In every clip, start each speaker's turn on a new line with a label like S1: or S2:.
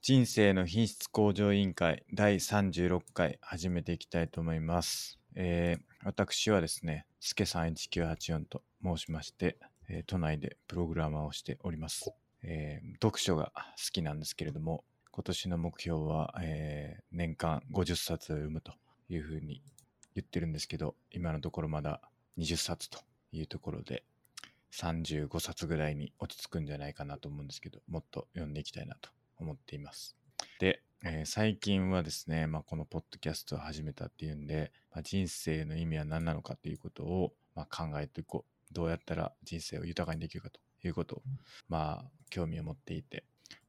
S1: 人生の品質向上委員会第36回始めていきたいと思います。えー私はですね、すけさん1984と申しまして、えー都内でプログラマーをしております、えー読書が好きなんですけれども、今年の目標は、えー年間50冊を読むというふうに言ってるんですけど、今のところまだ20冊というところで、35冊ぐらいに落ち着くんじゃないかなと思うんですけど、もっと読んでいきたいなと思っています。で、えー最近はですね、まあ、このポッドキャストを始めたっていうんで、まあ、人生の意味は何なのかということを、まあ、考えていこう。どうやったら人生を豊かにできるかということを、まあ、興味を持っていて、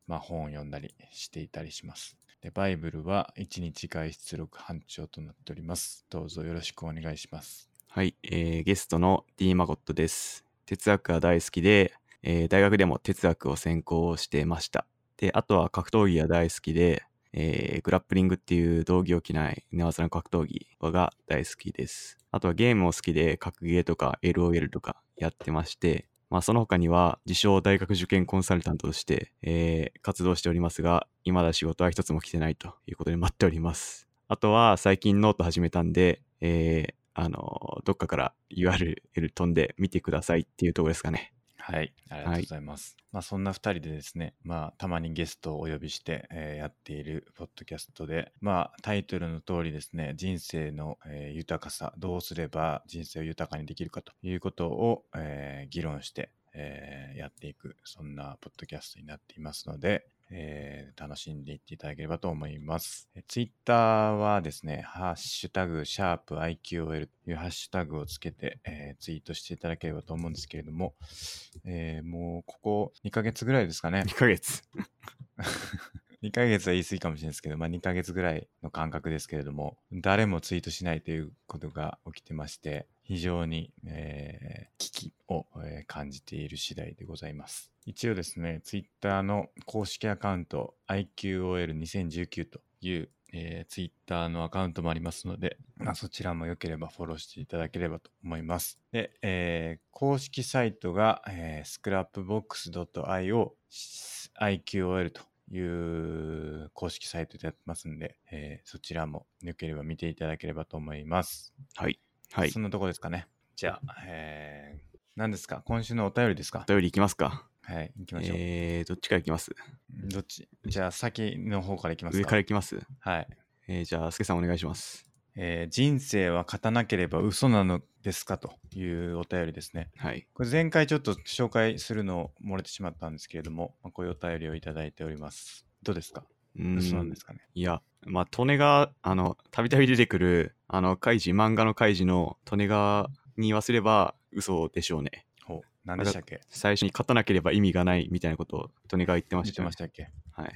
S1: まあ、本を読んだりしていたりします。で、バイブルは1日外出力班長となっております。どうぞよろしくお願いします。
S2: はい、えーゲストの D マゴットです。哲学が大好きで、えー大学でも哲学を専攻してました。で、あとは格闘技が大好きで、えーグラップリングっていう道着を着ない寝技の格闘技が大好きです。あとはゲームも好きで、格ゲーとか LOL とかやってまして、まあ、その他には自称大学受験コンサルタントとして、えー活動しておりますが、今だ仕事は一つも来てないということで待っております。あとは最近ノート始めたんで、えーあのどっかから URL 飛んで見てくださいっていうところですかね。
S1: はい、ありがとうございます。まあそんな2人でですね、まあたまにゲストをお呼びして、えーやっているポッドキャストで、まあタイトルの通りですね、人生の、えー豊かさ、どうすれば人生を豊かにできるかということを、えー議論して、えーやっていく、そんなポッドキャストになっていますので、えー楽しんでいっていただければと思います。ツイッター Twitter はですね、ハッシュタグ、シャープ i q o l というハッシュタグをつけて、えーツイートしていただければと思うんですけれども、えーもうここ2ヶ月ぐらいですかね
S2: 2 。ヶ月。
S1: 2ヶ月は言い過ぎかもしれないですけど、まあ2ヶ月ぐらいの間隔ですけれども、誰もツイートしないということが起きてまして、非常に、えー危機を、えー感じている次第でございます。一応ですね、ツイッターの公式アカウント IQOL2019 という、えツイッター Twitter のアカウントもありますので、まあ、そちらも良ければフォローしていただければと思います。で、えー公式サイトが、えー scrapbox.io IQOL という公式サイトでやってますんで、えーそちらも良ければ見ていただければと思います。
S2: はい。はい。
S1: そんなとこですかね。じゃあ、えー、何ですか今週のお便りですか
S2: お便りいきますか。
S1: はい、行きましょう。
S2: えー、どっちからいきます
S1: どっちじゃあ、先の方からいきますか。
S2: 上からいきます。
S1: はい。
S2: えー、じゃあ、すけさんお願いします。
S1: えー人生は勝たなければ嘘なのですかというお便りですね。
S2: はい。
S1: これ前回ちょっと紹介するのを漏れてしまったんですけれども、まあ、こういうお便りをいただいております。どうですか
S2: うーん
S1: 嘘なんですかね。
S2: いや、まあ、利根川、あの、たびたび出てくる、あの、カイジ、漫画のカイジの利根川に言わせれば嘘でしょうね。
S1: ほう。何でしたっけ
S2: 最初に勝たなければ意味がないみたいなことを利根川言ってま
S1: 言っ
S2: し
S1: たて
S2: よ
S1: ま
S2: ね
S1: したっけ
S2: はい。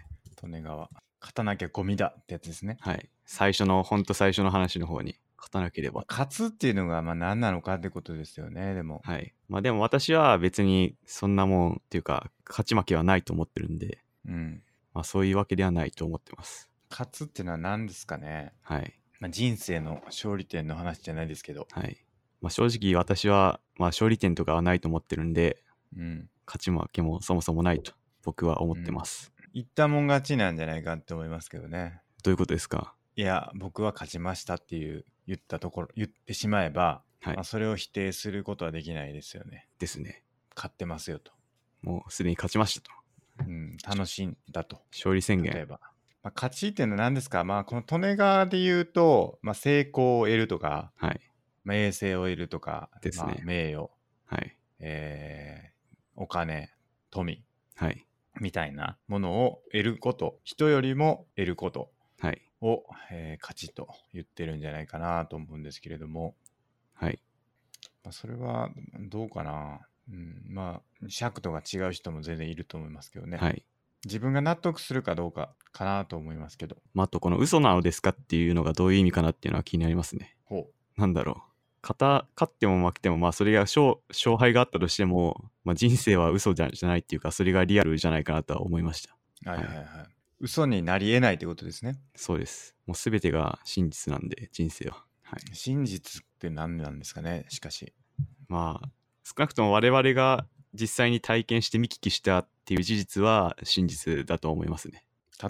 S1: 利根川。勝たなきゃゴミだってやつですね。
S2: はい。最初の、ほんと最初の話の方に勝たなければ。
S1: 勝つっていうのがまあ何なのかってことですよね、でも。
S2: はい。まあでも私は別にそんなもんっていうか、勝ち負けはないと思ってるんで、
S1: うん。
S2: まあそういうわけではないと思ってます。
S1: 勝つっていうのは何ですかね。
S2: はい。
S1: まあ、人生の勝利点の話じゃないですけど。
S2: はい。まあ正直私は、まあ勝利点とかはないと思ってるんで、
S1: うん。
S2: 勝ち負けもそもそもないと僕は思ってます。
S1: 言ったもん勝ちなんじゃないかって思いますけどね。
S2: どういうことですか
S1: いや、僕は勝ちましたっていう言ったところ、言ってしまえば、
S2: はい
S1: まあ、それを否定することはできないですよね。
S2: ですね。
S1: 勝ってますよと。
S2: もうすでに勝ちましたと。
S1: うん。楽しんだと。
S2: 勝利宣
S1: 例え
S2: 言。
S1: ば。まあ、勝ちっていうのは何ですか、まあ、この利根川で言うと、まあ、成功を得るとか、
S2: はい。
S1: まあ、衛生を得るとか、
S2: ですね
S1: まあ、名誉、
S2: はい。
S1: えーお金、富
S2: はい。
S1: みたいなものを得ること、人よりも得ること
S2: はい。
S1: を、えー勝ちと言ってるんじゃないかなと思うんですけれども、
S2: はい。
S1: まあ、それはどうかな。うん、まあ尺度が違う人も全然いると思いますけどね、
S2: はい。
S1: 自分が納得するかどうかかなと思いますけど
S2: まあ、あとこの嘘なのですかっていうのがどういう意味かなっていうのは気になりますね。
S1: ほ
S2: なんだろう勝た勝っても負けてもまあそれが勝勝敗があったとしても、まあ、人生は嘘じゃじゃないっていうかそれがリアルじゃないかなとは思いました
S1: うはいはいはい嘘になり得ないってことですね
S2: そうですもう全てが真実なんで人生は、はい、
S1: 真実って何なんですかねしかし
S2: まあ少なくとも我々が実際に体験して見聞きしたっていう事実は真実だと思いますね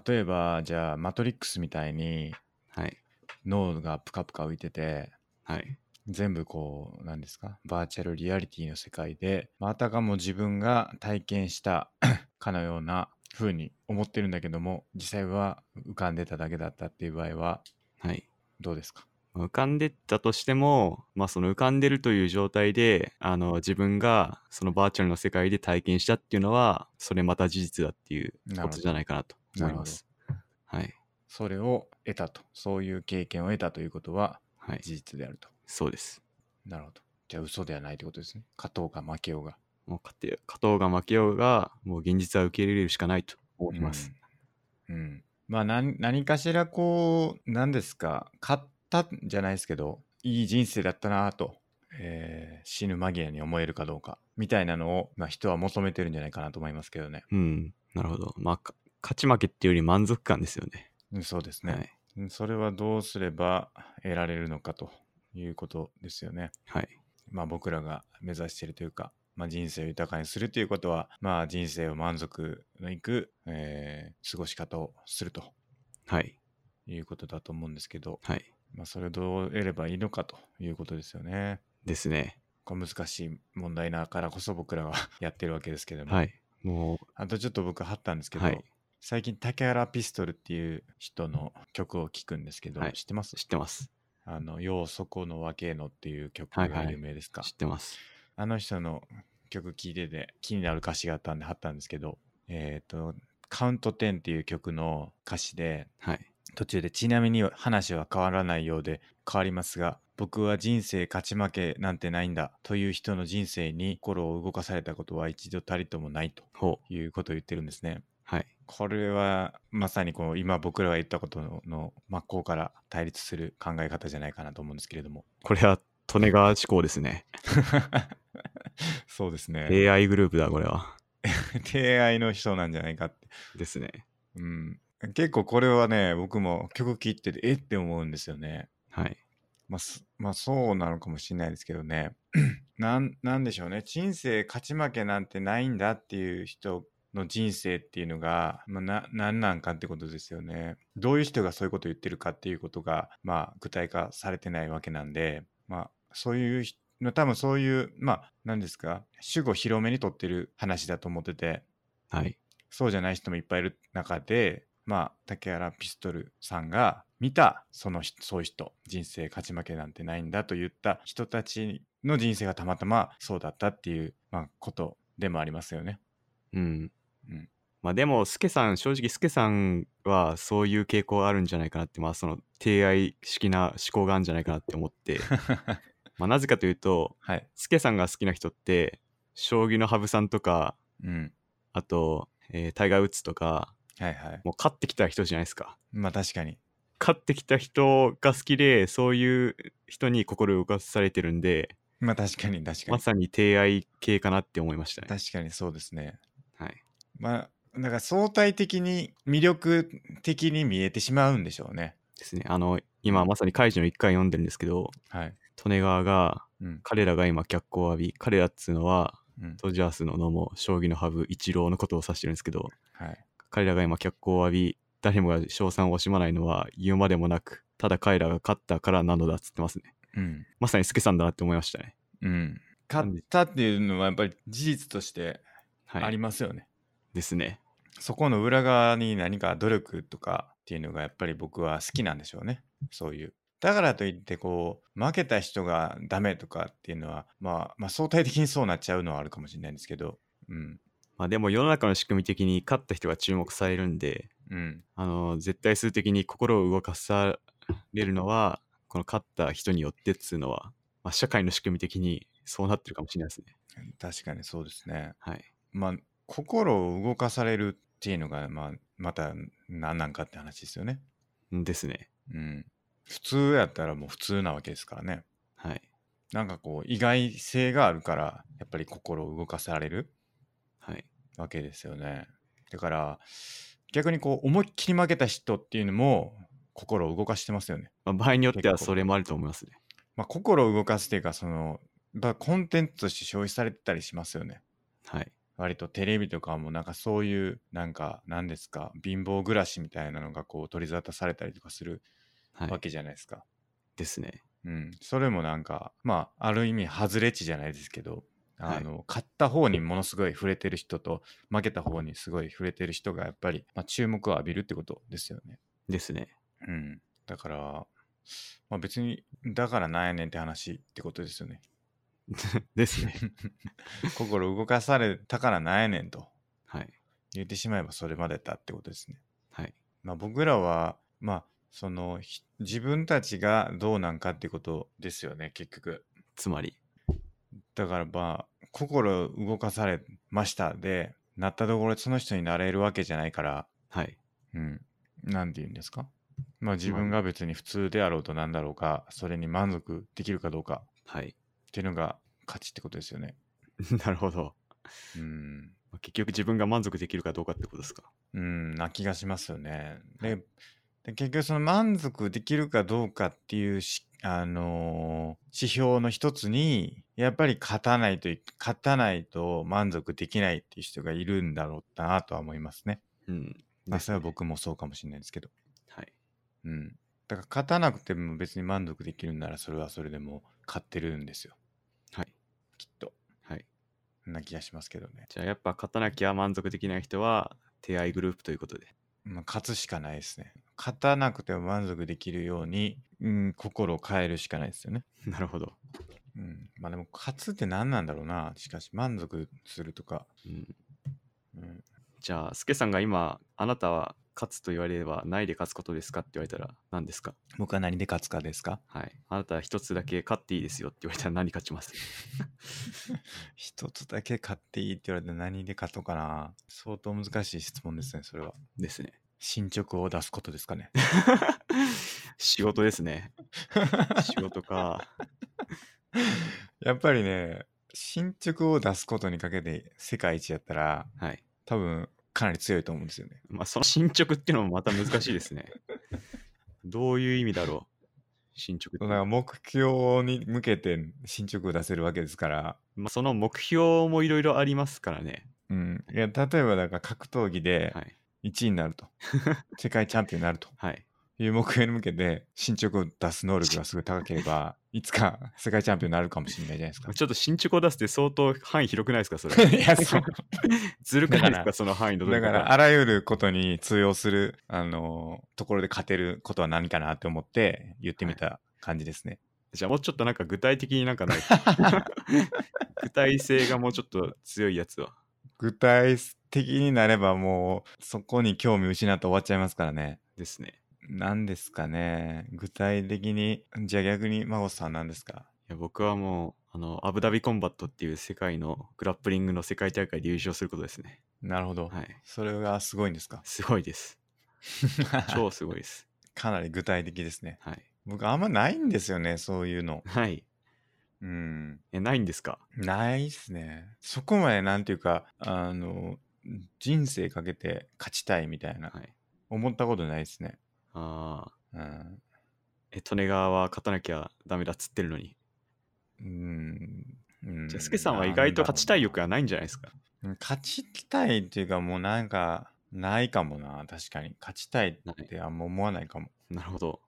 S1: 例えば、じゃあ、マトリックスみたいに
S2: はい。
S1: 脳がプカプカ浮いてて、
S2: はい。
S1: 全部こう、何ですか、バーチャルリアリティの世界で、まああたかも自分が体験した かのような風に思ってるんだけども、実際は浮かんでただけだったっていう場合は、
S2: はい。
S1: どうですか
S2: まあ浮かんでったとしても、まあ、その浮かんでるという状態であの自分がそのバーチャルの世界で体験したっていうのはそれまた事実だっていう
S1: な
S2: こ
S1: る
S2: と
S1: ほ
S2: じゃ
S1: ど。
S2: ないかなと思います。はい、
S1: それを得たと。そういう経験を得たということは
S2: はい、
S1: 事実であると。
S2: そうです。
S1: なるほど。じゃあ、嘘ではないということですね。勝とうが負けようが。
S2: もう勝て勝とうが負けようがもう現実は受け入れるしかないと思います。
S1: うん。うんまあ何、何かしらこう、何ですか、勝ったんじゃないですけど、いい人生だったなぁと、えー死ぬ間際に思えるかどうか、みたいなのを、まあ、人は求めてるんじゃないかなと思いますけどね。
S2: うん、なるほど。まあか勝ち負けっていうより満足感ですよね。
S1: うん、そうですね、
S2: はい、
S1: うんそれはどうすれば得られるのかということですよね。
S2: はい、
S1: まあ、僕らが目指しているというか、まあ、人生を豊かにするということは、まあ、人生を満足のいく、えー過ごし方をすると
S2: はい、
S1: いうことだと思うんですけど、
S2: はい。
S1: まあ、それをどう得ればいいのかということですよね。
S2: ですね。
S1: これ難しい問題だからこそ僕らは やってるわけですけども、
S2: はい。も
S1: あとちょっと僕貼ったんです
S2: う、
S1: けど、
S2: はい、
S1: 最近竹原ピストルっていう人の曲を聴くんですけど、
S2: はい
S1: 知ってます
S2: 知ってます。
S1: あの「ようそこのわけの」っていう曲
S2: はいは
S1: が
S2: い
S1: 有名ですか、
S2: 知ってます。
S1: あの人の曲聴いてて気になる歌詞があったんで貼ったんですけどえっ、と「カウント10」っていう曲の歌詞で
S2: はい、
S1: 途中でちなみに話は変わらないようで変わりますが僕は人生勝ち負けなんてないんだという人の人生に心を動かされたことは一度たりともないと
S2: ほう、
S1: いうことを言ってるんですね。
S2: はい、
S1: これはまさにこう今僕らが言ったことのの真っ向から対立する考え方じゃないかなと思うんですけれども
S2: これは利根川志向ですね。
S1: そうですね
S2: AI グループだ、これは。
S1: 提愛の人なんじゃないかって、
S2: ですね。
S1: うん、結構これはね僕も曲聴いててえって思うんですよね。
S2: はい。
S1: まあ、すまあそうなのかもしれないですけどね なんなんでしょうね人生勝ち負けなんてないんだっていう人の人生っていうのが、まあ、な何なんかってことですよねどういう人がそういうことを言ってるかっていうことが、まあ、具体化されてないわけなんで、まあ、そういうひ多分そういうまあ何ですか主語広めにとってる話だと思ってて
S2: はい。
S1: そうじゃない人もいっぱいいる中で、まあ、竹原ピストルさんが見た、その人、そういう人、人生勝ち負けなんてないんだと言った人たちの人生がたまたまそうだったっていう、まあ、ことでもありますよね。
S2: うん。
S1: うん
S2: まあでも、スケさん、正直、スケさんはそういう傾向あるんじゃないかなって、まあその、提愛式な思考があるんじゃないかなって 思って、まあなぜかというと、
S1: はい。
S2: スケさんが好きな人って、将棋の羽生さんとか、
S1: うん。
S2: あと、えータイガー・ウッズとか、
S1: はいはい。
S2: もう勝ってきた人じゃないですか。
S1: まあ、確かに。
S2: 勝ってきた人が好きで、そういう人に心動かされてるんで、
S1: まあ、確かに、確か
S2: ま
S1: に。
S2: さに提愛系かなって思いましたね。
S1: 確かにそうですね。
S2: はい。
S1: まあ、なんか相対的に魅力的に見えてしまうんでしょうね。
S2: ですね。あの、今まさにカイジの一回読んでるんですけど、
S1: はい。
S2: 利根川が、
S1: うん。
S2: 彼らが今脚光を浴び、彼らっつうのは、
S1: うん。
S2: ドジャースの野茂、将棋の羽生、一郎のことを指してるんですけど、
S1: はい。
S2: 彼らが今脚光を浴び、誰もが称賛を惜しまないのは言うまでもなく、ただ彼らが勝ったからなのだっつってますね。
S1: うん。
S2: まさに助さんだなって思いましたね。
S1: うん。勝ったっていうのはやっぱり事実として
S2: は
S1: あり
S2: い。
S1: ますよね。
S2: ですね。
S1: そこの裏側に何か努力とかっていうのがやっぱり僕は好きなんでしょうね。そういう。だからといってこう負けた人がダメとかっていうのは、まあ、まあ相対的にそうなっちゃうのはあるかもしれないんですけどうん
S2: まあでも世の中の仕組み的に勝った人が注目されるんで、
S1: うん
S2: あの、絶対数的に心を動かされるのは、この勝った人によってっつうのは、まあ、社会の仕組み的にそうなってるかもしれないですね。
S1: 確かにそうですね。
S2: はい。
S1: まあ心を動かされるっていうのが、まあ、また何なんかって話ですよね。
S2: んですね。
S1: うん、普通やったらもう普通なわけですからね。
S2: はい。
S1: なんかこう意外性があるからやっぱり心を動かされる
S2: はい。
S1: わけですよね。だから逆にこう思いっきり負けた人っていうのも心を動かしてますよね。
S2: まあ、場合によっては
S1: 結構
S2: それもあると思いますね。
S1: まあ、心を動かすっていうかその、まあコンテンツとして消費されてたりしますよね。
S2: はい。
S1: 割とテレビとかもなんかそういうなんか何ですか貧乏暮らしみたいなのがこう取り沙汰されたりとかする
S2: はい
S1: わけじゃないですか、
S2: ですね
S1: うん、それもなんかまあある意味外れ値じゃないですけどあの、勝った方にものすごい触れてる人と負けた方にすごい触れてる人がやっぱり、まあ、注目を浴びるってことですよね。
S2: ですね
S1: うん、だから、まあ、別にだからなんやねんって話ってことですよね。
S2: ですね
S1: 心動かされたからなんやねんと
S2: はい
S1: 言ってしまえばそれまでだってことですね。
S2: はい
S1: まあ、僕らは、まあ、そのひ自分たちがどうなんかってことですよね結局。
S2: つまり
S1: だからまあ心動かされましたでなったところでその人になれるわけじゃないから
S2: はい
S1: うんなんて言うんですかまあ自分が別に普通であろうとなんだろうかそれに満足できるかどうか
S2: はい
S1: っていうのが価値ってことですよね
S2: なるほど
S1: うん
S2: まあ結局自分が満足できるかどうかってことですか
S1: うんな気がしますよねでで結局その満足できるかどうかっていうしあのー指標の一つにやっぱり勝たないとい勝たないと満足できないっていう人がいるんだろうなとは思いますね
S2: うん
S1: まあ、
S2: です
S1: それは僕もそうかもしれないですけど。
S2: はい
S1: うん。だから勝たなくても別に満足できるんならそれはそれでも勝ってるんですよ。
S2: はい
S1: きっと。
S2: はい
S1: そんな気がしますけどね。
S2: じゃあやっぱ勝たなきゃ満足できない人は手合いグループということで
S1: まあ、勝つしかないですね。勝たなくても満足できるように、うん、心を変えるしかないですよね。
S2: なるほど、
S1: うん。まあでも勝つって何なんだろうな。しかし満足するとか。
S2: うん、
S1: うん。
S2: じゃあスケさんが今あなたは勝つと言われればないで勝つことですかって言われたら何ですか
S1: 僕は何で勝つかですか
S2: はいあなたは一つだけ勝っていいですよって言われたら何勝ちます
S1: 一つだけ勝っていいって言われて何で勝とうかな。相当難しい質問ですね、それは。
S2: ですね
S1: 進捗を出すことですかね。
S2: 仕事ですね仕 事か
S1: やっぱりね、進捗を出すことにかけて世界一やったら、
S2: はい
S1: 多分かなり強いと思うんですよね。
S2: まあその進捗っていうのもまた難しいですねどういう意味だろう進捗って
S1: だから目標に向けて進捗を出せるわけですから、
S2: まあ、その目標もいろいろありますからね
S1: うん、いや例えばだから格闘技で
S2: はい
S1: 1位になる と、世界チャンピオンになると
S2: はい
S1: いう目標に向けて進捗を出す能力がすごい高けれ ば、いつか世界チャンピオンになるかもしれないじゃないですか。
S2: ちょっと進捗を出すって相当範囲広くないですかそれ
S1: いやそう
S2: ずるくないで
S1: だ
S2: す
S1: か
S2: か
S1: ら
S2: その範囲のどれ
S1: だ
S2: か
S1: かららあらゆることに通用する、あのところで勝てることは何かなって思って言ってみた感じですね。
S2: じゃあもうちょっとなんか具体的になん かない具体性がもうちょっと強いやつは
S1: 具体的になればもうそこに興味失って終わっちゃいますからね。
S2: ですね
S1: 何ですかね具体的にじゃあ逆に真帆さん何ですか
S2: いや僕はもうあのアブダビコンバットっていう世界のグラップリングの世界大会で優勝することですね
S1: なるほど、
S2: はい
S1: それがすごいんですか
S2: すごいです超すごいです
S1: かなり具体的ですね。
S2: はい
S1: 僕あんまないんですよねそういうの。
S2: はい
S1: うん
S2: えないんですか
S1: ないっすね。そこまでなんていうかあの人生かけて勝ちたいみたいな
S2: はい
S1: 思ったことないですね。
S2: ああ
S1: うん、
S2: え利根川は勝たなきゃダメだっつってるのに
S1: うんうん
S2: じゃあスケさんは意外と勝ちたい欲がないんじゃないですか
S1: うん勝ちたいっていうかもうなんかないかもな確かに勝ちたいってあんま思わないかも
S2: なるほど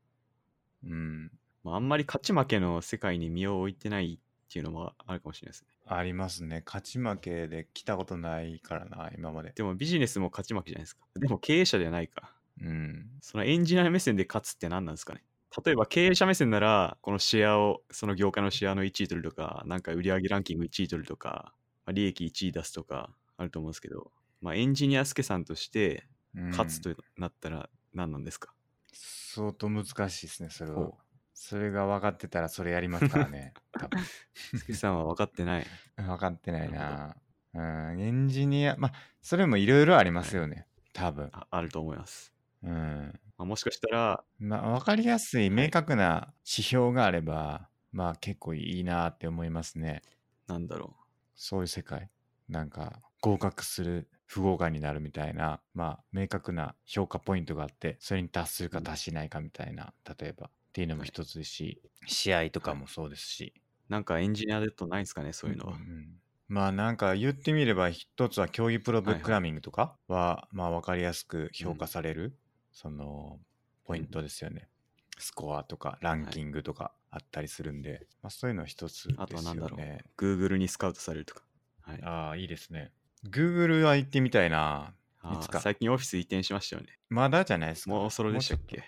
S1: うん
S2: まあ、あんまり勝ち負けの世界に身を置いてないっていうのもあるかもしれないですね。
S1: ありますね勝ち負けで来たことないからな今まで
S2: でもビジネスも勝ち負けじゃないですか。でも経営者じゃないか。
S1: うん
S2: そのエンジニア目線で勝つって何なんですかね。例えば経営者目線なら、このシェアを、その業界のシェアの1位取るとか、なんか売上ランキング1位取るとか、まあ、利益1位出すとかあると思うんですけど、まあ、エンジニア助さんとして
S1: うん
S2: 勝つとなったら何な んですか、
S1: 相当難しいですねそれ
S2: ほ
S1: は
S2: う
S1: それが分かってたらそれやりますから ね多分
S2: 助さんは分かってない。
S1: 分かってない
S2: な
S1: なうんエンジニアまあそれもいろいろありますよね、多分
S2: ああると思います。
S1: うん
S2: まあ、もしかしたら、
S1: まあ、分かりやすい明確な指標があれば、まあ結構いいなって思いますね
S2: なんだろ
S1: そういう世界なんか合格する不合格になるみたいなまあ明確な評価ポイントがあってそれに達するか達しないかみたいな例えばっていうのも一つですし、試合とかもそうですし、
S2: う、なんかエンジニアだとないんですかね、そういうのは。
S1: んまあなんか言ってみれば一つは競技プロブックラミングとかはまあ分かりやすく評価されるそのポイントですよね。スコアとかランキングとかあったりするんで、まあそういうの一つ
S2: あと
S1: で
S2: は
S1: す
S2: 何だ
S1: よ
S2: ろう
S1: ね。
S2: Google にスカウトされるとか。はい、
S1: ああ、いいですね。Google は行ってみたいな。
S2: あー
S1: いつか
S2: 最近オフィス移転しましたよね。
S1: まだじゃないですか。
S2: もうそろでしたっ
S1: もうちょ
S2: け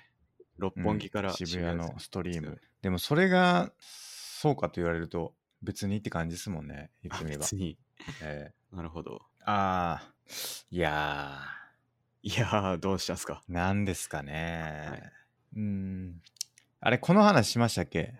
S2: 六
S1: うん
S2: 本木から
S1: 渋谷のストリーム
S2: 渋。
S1: でもそれがそうかと言われると別にって感じですもんね。言っ
S2: 谷
S1: てみ
S2: で
S1: れば
S2: す別。に。
S1: え
S2: なるほど。
S1: ーああ、いや
S2: いやー、どうしたんすか
S1: ー、なんですか
S2: は
S1: ねう
S2: い。
S1: ーん。あれ、この話しましたっけ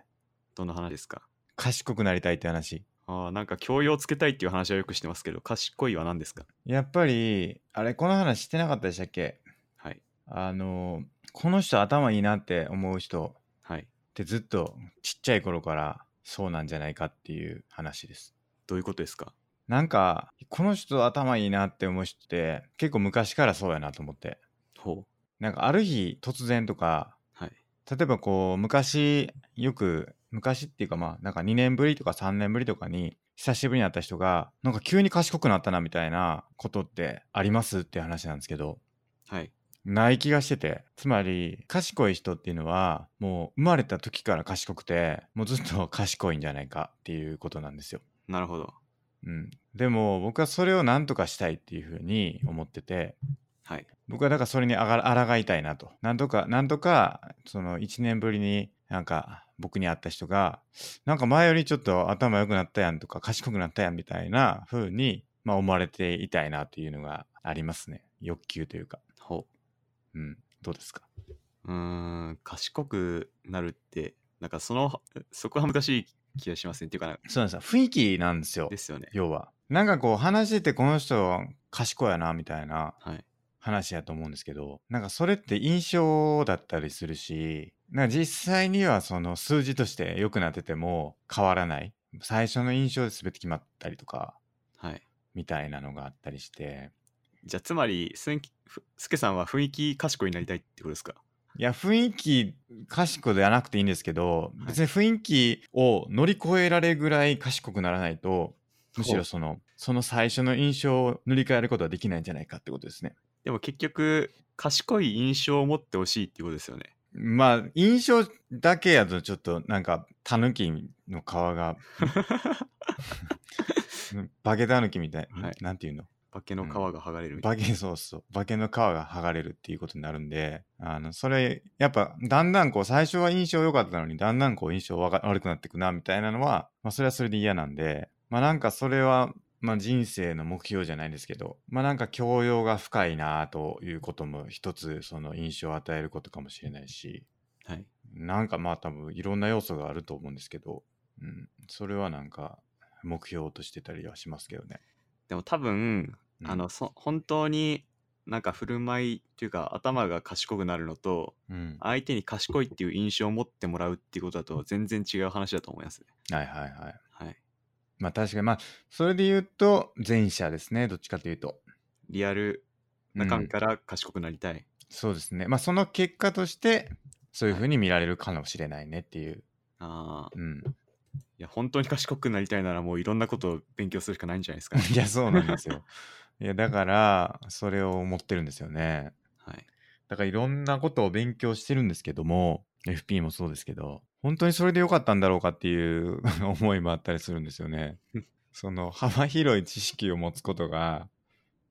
S2: どの話ですか
S1: 賢くなりたいって話。
S2: あーなんか教養つけたいっていう話はよくしてますけど、賢いは何ですか
S1: やっぱり、あれ、この話してなかったでしたっけ
S2: はい。
S1: あの、この人頭いいなって思う人
S2: はい。
S1: ってずっとちっちゃい頃からそうなんじゃないかっていう話です。
S2: どういうことですか
S1: なんか、この人頭いいなって思う人って結構昔からそうやなと思って。
S2: ほう。
S1: なんかある日突然とか、
S2: はい。
S1: 例えばこう昔よく昔っていうかまあなんか2年ぶりとか3年ぶりとかに久しぶりに会った人がなんか急に賢くなったなみたいなことってありますって話なんですけど
S2: はい。
S1: ない気がしててつまり賢い人っていうのはもう生まれた時から賢くてもうずっと賢いんじゃないかっていうことなんですよ。
S2: なるほど。
S1: うん、でも僕はそれをなんとかしたいっていうふうに思ってて
S2: はい。
S1: 僕はだからそれにあが抗いたいなと。なんとか、なんとか、その1年ぶりになんか僕に会った人が、なんか前よりちょっと頭良くなったやんとか賢くなったやんみたいな風に、まあ思われていたいなというのがありますね。欲求というか。
S2: ほ
S1: うん。どうですか
S2: う。うーん、賢くなるって、なんかその、そこは難しい気がしません、っていうかな、
S1: そうなんですよ。雰囲気なんですよ
S2: で。すよね。
S1: 要は。なんかこう話しててこの人賢いやなみたいな
S2: はい。
S1: 話やと思うんですけどなんかそれって印象だったりするしなんか実際にはその数字として良くなってても変わらない最初の印象で全て決まったりとか
S2: はい。
S1: みたいなのがあったりして
S2: じゃあ、つまり、すんきふすけさんは雰囲気賢いになりたいってことですか
S1: いや雰囲気賢ではなくていいんですけど
S2: はい
S1: 別に雰囲気を乗り越えられるぐらい賢くならないとむし
S2: ほ
S1: ろ
S2: う
S1: そのその最初の印象を塗り替えることはできないんじゃないかってことですね。
S2: でも結局、賢い印象を持ってほしいっていうことですよね。
S1: まあ印象だけやとちょっとなんかタヌキの皮 がバケタヌキみたい、
S2: はい
S1: なんていうの
S2: 化けの皮が剥がれるみたい
S1: バケそうそうバケの皮が剥がれるっていうことになるんであのそれやっぱだんだんこう最初は印象良かったのにだんだんこう印象わが悪くなってくなみたいなのは、まあ、それはそれで嫌なんでまあなんかそれは、まあ、人生の目標じゃないですけどまあなんか教養が深いなということも一つその印象を与えることかもしれないし。
S2: な。はい。
S1: なんかまあ多分いろんな要素があると思うんですけど、うん、それはなんか目標としてたりはしますけどね。
S2: でも多分、
S1: うん
S2: あの、そ本当になんか振る舞いというか、頭が賢くなるのと、
S1: うん、は
S2: 相手に賢いっていう印象を持ってもらうっていうことだと全然違う話だと思いますね。
S1: いはいはい。
S2: はい。
S1: まあ確かにまあそれで言うと前者ですねどっちかというと。
S2: リアルな
S1: う
S2: 感
S1: ん
S2: から賢くなりたい。
S1: そうですね。まあその結果としてそういうふうに見られるかもしれないねっていう。
S2: ああ。
S1: うん、
S2: いや、本当に賢くなりたいならもういろんなことを勉強するしかないんじゃないですかね、
S1: いやそうなんですよ。いやだからそれを思ってるんですよね。
S2: はい。
S1: だからいろんなことを勉強してるんですけども FP もそうですけど本当にそれで良かったんだろうかっていう 思いもあったりするんですよね。その幅広い知識を持つことが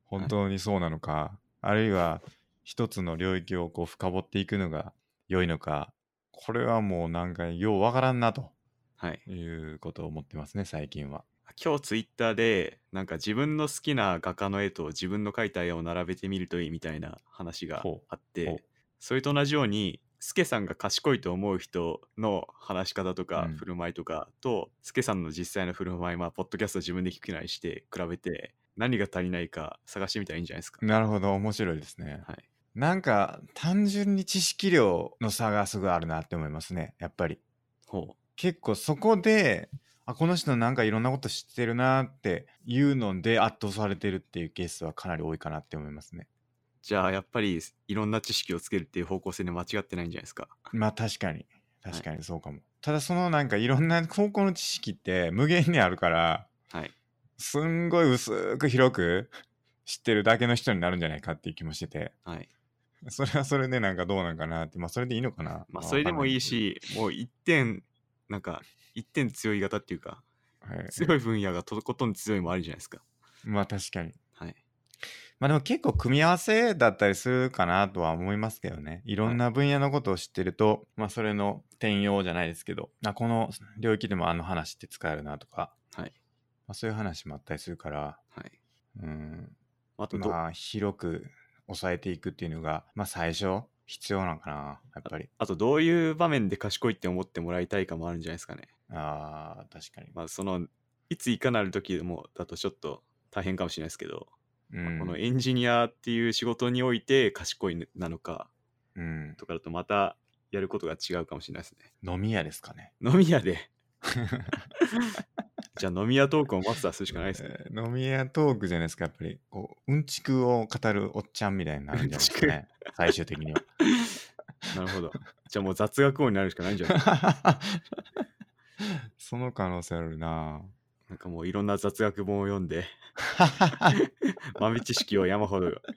S1: 本当にそうなのか、あるいは一つの領域をこう深掘っていくのが良いのかこれはもうなんかようわからんなと
S2: はい。
S1: いうことを思ってますね最近は。
S2: 今日ツイッターでなんか自分の好きな画家の絵と自分の描いた絵を並べてみるといいみたいな話が
S1: ほう
S2: あっ
S1: ほう
S2: てそれと同じようにスケさんが賢いと思う人の話し方とか
S1: うん
S2: 振る舞いとかと、スケさんの実際の振る舞いまあポッドキャスト自分で聞きないして比べて何が足りないか探してみたらいいんじゃないですか、
S1: なるほど面白いですね。
S2: はい、
S1: なんか単純に知識量の差がすごいあるなって思いますねやっぱり。
S2: ほ
S1: 結構そこであこの人なんかいろんなこと知ってるなっていうので圧倒されてるっていうケースはかなり多いかなって思いますね。
S2: うじゃあやっぱりいろんな知識をつけるっていう方向性で間違ってないんじゃないですか
S1: まあ確かに確かにそうかも。ただそのなんかいろんな高校の知識って無限にあるから
S2: はい
S1: すんごい薄く広く 知ってるだけの人になるんじゃないかっていう気もしてて、
S2: はい。
S1: それはそれでなんかどうなんかなって、まあそれでいいのかな。
S2: まあ、それでもいい
S1: わ
S2: し、もう一点、なんか、一点強い型っていうか、
S1: かんないけど、は
S2: 強い分野がとことん強いもあるじゃないですか。
S1: い。まあ確かに。
S2: はい。
S1: まあでも結構組み合わせだったりするかなとは思いますけどね。いろんな分野のことを知ってると、まあそれの転用じゃないですけど、あこの領域でもあの話って使えるなとか、
S2: はい。
S1: まあ、そういう話もあったりするから、
S2: はい。
S1: うん、
S2: あとど、
S1: まあ広く抑えていくっていうのが、まあ最初必要なのかな、やっぱり。
S2: あとどういう場面で賢いって思ってもらいたいかもあるんじゃないですかね。
S1: ああ、確かに。
S2: まあ、その、いついかなる時でもだとちょっと大変かもしれないですけど、
S1: うん、
S2: このエンジニアっていう仕事において賢いなのか
S1: うん、
S2: とかだとまたやることが違うかもしれないですね。
S1: 飲み屋ですかね。
S2: 飲み 屋で。じゃあ飲み屋トークをマスターするしかな いですね。
S1: えー飲み屋トークじゃないですか、やっぱり。こう、うんちくを語るおっちゃんみたいになるんじゃないですかね。最終的には。
S2: なるほど。じゃあもう雑学王になるしかないんじゃない
S1: その可能性あるな
S2: なんかもういろんな雑学本を読んで、豆知識を山ほど得て、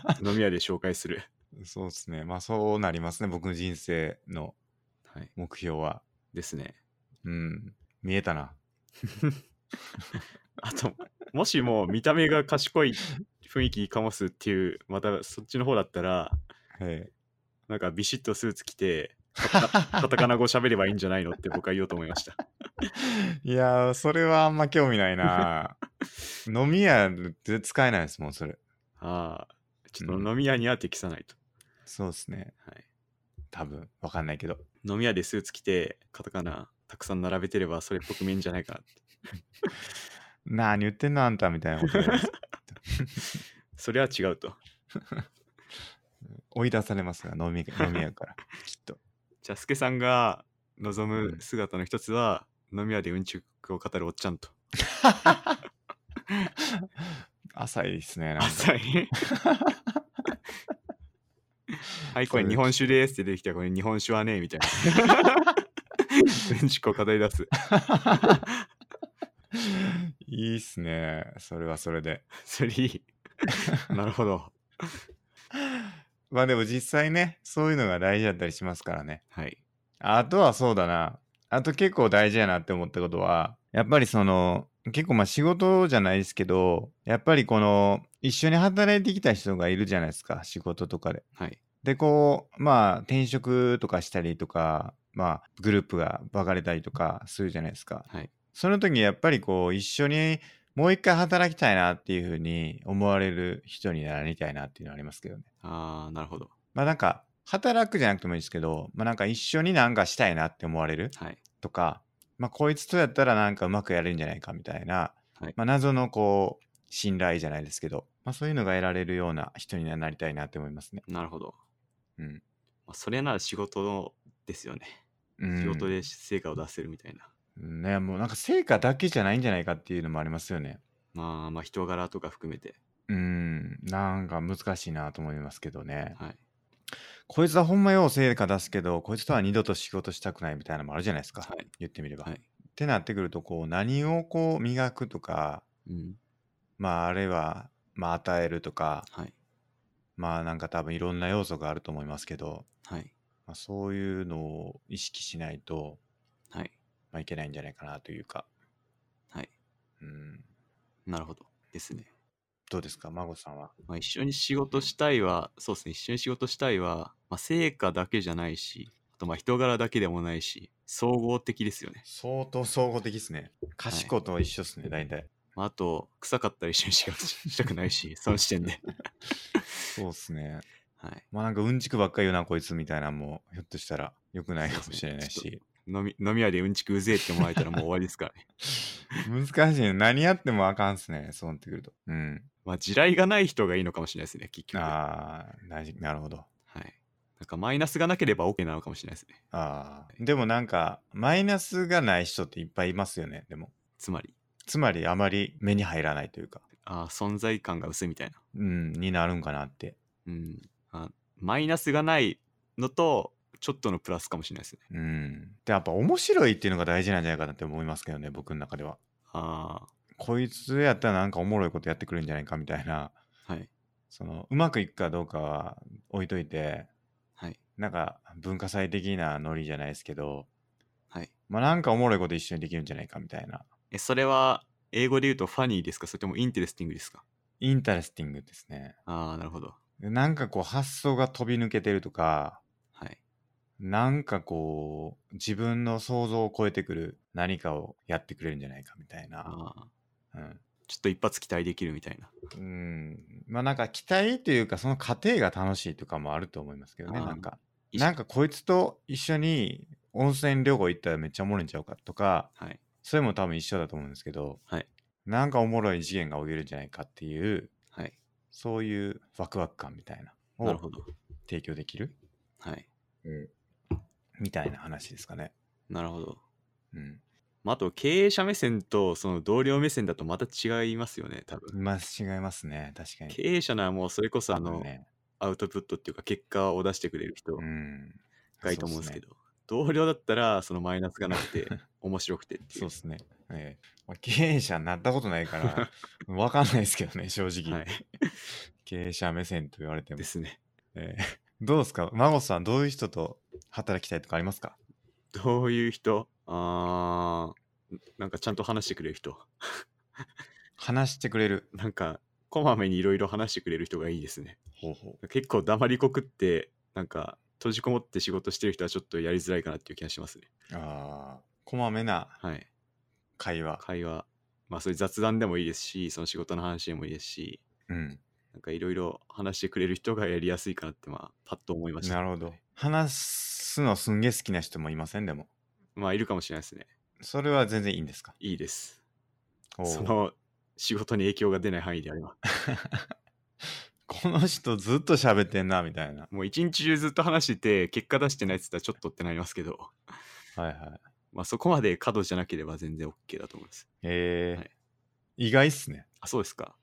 S2: 飲み屋で紹介する。
S1: そう ですね。まあそうなりますね。僕の人生の
S2: はい。
S1: 目標は。
S2: ですね。
S1: うん。見えたな。
S2: あと、もしも見た目が賢い雰囲気かもすっていう、またそっちの方だったら、
S1: え
S2: なんかビシッとスーツ着て、カ
S1: え
S2: タカナ語喋ればいいんじゃないのって僕は言おうと思いました。
S1: いやー、それはあんま興味ないな飲み屋で使えないですもん、それ。
S2: ああ、ちょっと飲み屋には適さないと。
S1: そうですね。
S2: はい、
S1: 多分、わかんないけど。
S2: 飲み屋でスーツ着て、カタカナたくさん並べてればそれっぽく見えんじゃないかなって。
S1: 何言ってんのあんたみたいなこと言われ ます
S2: それは違うと。
S1: 追い出されますから、飲み飲み屋から。きっと。
S2: じゃあ、スケさんが望
S1: う
S2: む
S1: ん
S2: 姿の一つは、飲み屋でうんちくを語るおっちゃんと。
S1: 浅いですね。なんか
S2: 浅い。はい、これ日本酒ですって出てきたら、これ日本酒はねみたいな。うんちくを語り出す。
S1: いいっすね。それはそれで。
S2: それいい。なるほど。
S1: まあでも実際ね、そういうのが大事だったりしますからね。
S2: はい。
S1: あとはそうだな。あと結構大事やなって思ったことは、やっぱりその、結構まあ仕事じゃないですけど、やっぱりこの、一緒に働いてきた人がいるじゃないですか、仕事とかで。
S2: はい。
S1: で、こう、まあ転職とかしたりとか、まあグループが分かれたりとかするじゃないですか。
S2: はい。
S1: その時やっぱりこう一緒にもう一回働きたいなっていうふうに思われる人になりたいなっていうのはありますけどね。
S2: ああ、なるほど。
S1: まあなんか働くじゃなくてもいいですけど、まあなんか一緒になんかしたいなって思われる
S2: はい。
S1: とか、まあこいつとやったらなんかうまくやれるんじゃないかみたいな、
S2: はい
S1: まあ謎のこう信頼じゃないですけど、まあそういうのが得られるような人になりたいなって思いますね。
S2: なるほど。
S1: うん。
S2: まあ、それなら仕事のですよね。
S1: うん
S2: 仕事で成果を出せるみたいな。
S1: ね、もうなんか成果だけじゃないんじゃないかっていうのもありますよね。
S2: まあ、まあ、人柄とか含めて。
S1: うん、なんか難しいなと思いますけどね。
S2: はい。
S1: こいつはほんまよう成果出すけど、こいつとは二度と仕事したくないみたいなのもあるじゃないですか。
S2: はい。
S1: 言ってみれば。
S2: は
S1: っ
S2: い。
S1: てなってくると、こう、何をこう、磨くとか、
S2: うん。
S1: まあ、あるいは、まあ、与えるとか、
S2: はい。
S1: まあ、なんか多分いろんな要素があると思いますけど、
S2: はい。
S1: まあ、そういうのを意識しないと、
S2: はい。
S1: まあ、いけないんじゃないかなというか。
S2: はい。
S1: うん。
S2: なるほど。ですね。
S1: どうですか、孫さんは。
S2: まあ、一緒に仕事したいは、そうですね。一緒に仕事したいは、まあ、成果だけじゃないし、あと、まあ、人柄だけでもないし、総合的ですよね。
S1: 相当総合的ですね。賢いと一緒ですね、大体。
S2: まあ、あと、臭かったら一緒に仕事したくないし、その時点で。
S1: そうですね。
S2: はい。
S1: まあなんかうんちくばっか言うなこいつみたいなのもひょっとしたら良くないかもしれない
S2: そうで
S1: し、
S2: 飲み飲み屋でうんちくうぜえって思われたらもう終わりですからね。
S1: 難しいね何やってもあかんっすねそうなってくるとうん
S2: まあ、地雷がない人がいいのかもしれないですね、結局。は
S1: ああなじなるほど
S2: い。なんかマイナスがなければ OK なのかもしれないですね。
S1: あーでもなんかマイナスがない人っていっぱいいますよねでも
S2: つまり、
S1: つまりあまり目に入らないというか
S2: あー存在感が薄いみたいな。
S1: うんになるんかなって
S2: うんあ。マイナスがないのと、ちょっとのプラスかもしれないですね。
S1: うんでやっぱ面白いっていうのが大事なんじゃないかなって思いますけどね僕の中では
S2: ああ、
S1: こいつやったらなんかおもろいことやってくるんじゃないかみたいな
S2: はい。
S1: そのうまくいくかどうかは置いといて
S2: はい。
S1: なんか文化祭的なノリじゃないですけど
S2: はい。
S1: まあなんかおもろいこと一緒にできるんじゃないかみたいな
S2: え、それは、英語で言うとファニーですかそれともインテレスティングですか
S1: インタレスティングですね
S2: ああ、なるほど。
S1: でなんかこう発想が飛び抜けてるとか
S2: はい。
S1: なんかこう自分の想像を超えてくる何かをやってくれるんじゃないかみたい
S2: あ
S1: な、
S2: あー。
S1: うん
S2: ちょっと一発期待できるみたいな。
S1: うん、まあなんか期待というかその過程が楽しいとかもあると思いますけどね
S2: あー
S1: なんか
S2: 一緒
S1: なんかこいつと一緒に温泉旅行行ったらめっちゃおもろいんちゃうかとか
S2: はい。
S1: それも多分一緒だと思うんですけど、
S2: はい
S1: なんかおもろい事件が起きるんじゃないかっていう
S2: はい。
S1: そういうワクワク感みたいな
S2: なる
S1: を
S2: ほど。
S1: 提供できる
S2: はい。
S1: みたいな話ですかね。
S2: なるほど。
S1: うん、
S2: まあ、あと、経営者目線とその同僚目線だとまた違いますよね、多分。
S1: まあ違いますね確かに。
S2: 経営者ならもうそれこそあ
S1: 多
S2: の
S1: 分、ね
S2: アウトプットっていうか結果を出してくれる人
S1: うん、
S2: がいいと思うんですけど、同僚だったらそのマイナスが なくて面白くてってい
S1: そう
S2: う。
S1: ですね。ええまあ経営者になったことないから、 わかんないですけどね、正直。
S2: はい。
S1: 経営者目線と言われても
S2: で。すね。
S1: ええどうですか孫さん、どういう人と働きたいとかありますか
S2: どういう人あーなんかちゃんと話してくれる人。
S1: 話してくれる。
S2: なんか、こまめにいろいろ話してくれる人がいいですね。
S1: 方法
S2: 結構黙りこくって、なんか、閉じこもって仕事してる人はちょっとやりづらいかなっていう気がしますね。
S1: ああ、こまめな
S2: はい。
S1: 会話。
S2: 会話。まあ、そういう雑談でもいいですし、その仕事の話でもいいですし、
S1: うん。
S2: なんかいろいろ話してくれる人がやりやすいかなって、まあ、パッと思いました。
S1: なるほど。話すのすんげえ好きな人もいませんでも。
S2: まあ、いるかもしれないですね。
S1: それは全然いいんですか
S2: いいです。
S1: おう
S2: その、仕事に影響が出ない範囲であれば。
S1: この人ずっと喋ってんな、みたいな。
S2: もう一日中ずっと話してて、結果出してないって言ったらちょっとってなりますけど、
S1: はいはい。
S2: まあ、そこまで過度じゃなければ全然 OK だと思います。
S1: ええ
S2: はい
S1: 意外っすね。
S2: あ、そうですか。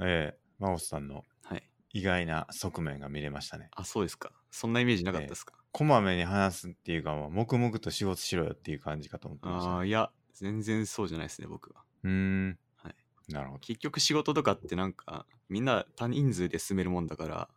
S1: ええ孫さんの
S2: はい。
S1: 意外な側面が見れましたね。
S2: あ、そうですか。そんなイメージなかったですか。
S1: こまめに話すっていうか、黙々と仕事しろよっていう感じかと思ってました、
S2: あ
S1: ね。
S2: あ、いや、全然そうじゃないですね、僕は。
S1: うーん、
S2: はい
S1: なるほど。
S2: 結局仕事とかってなんか、みんな多人数で進めるもんだから、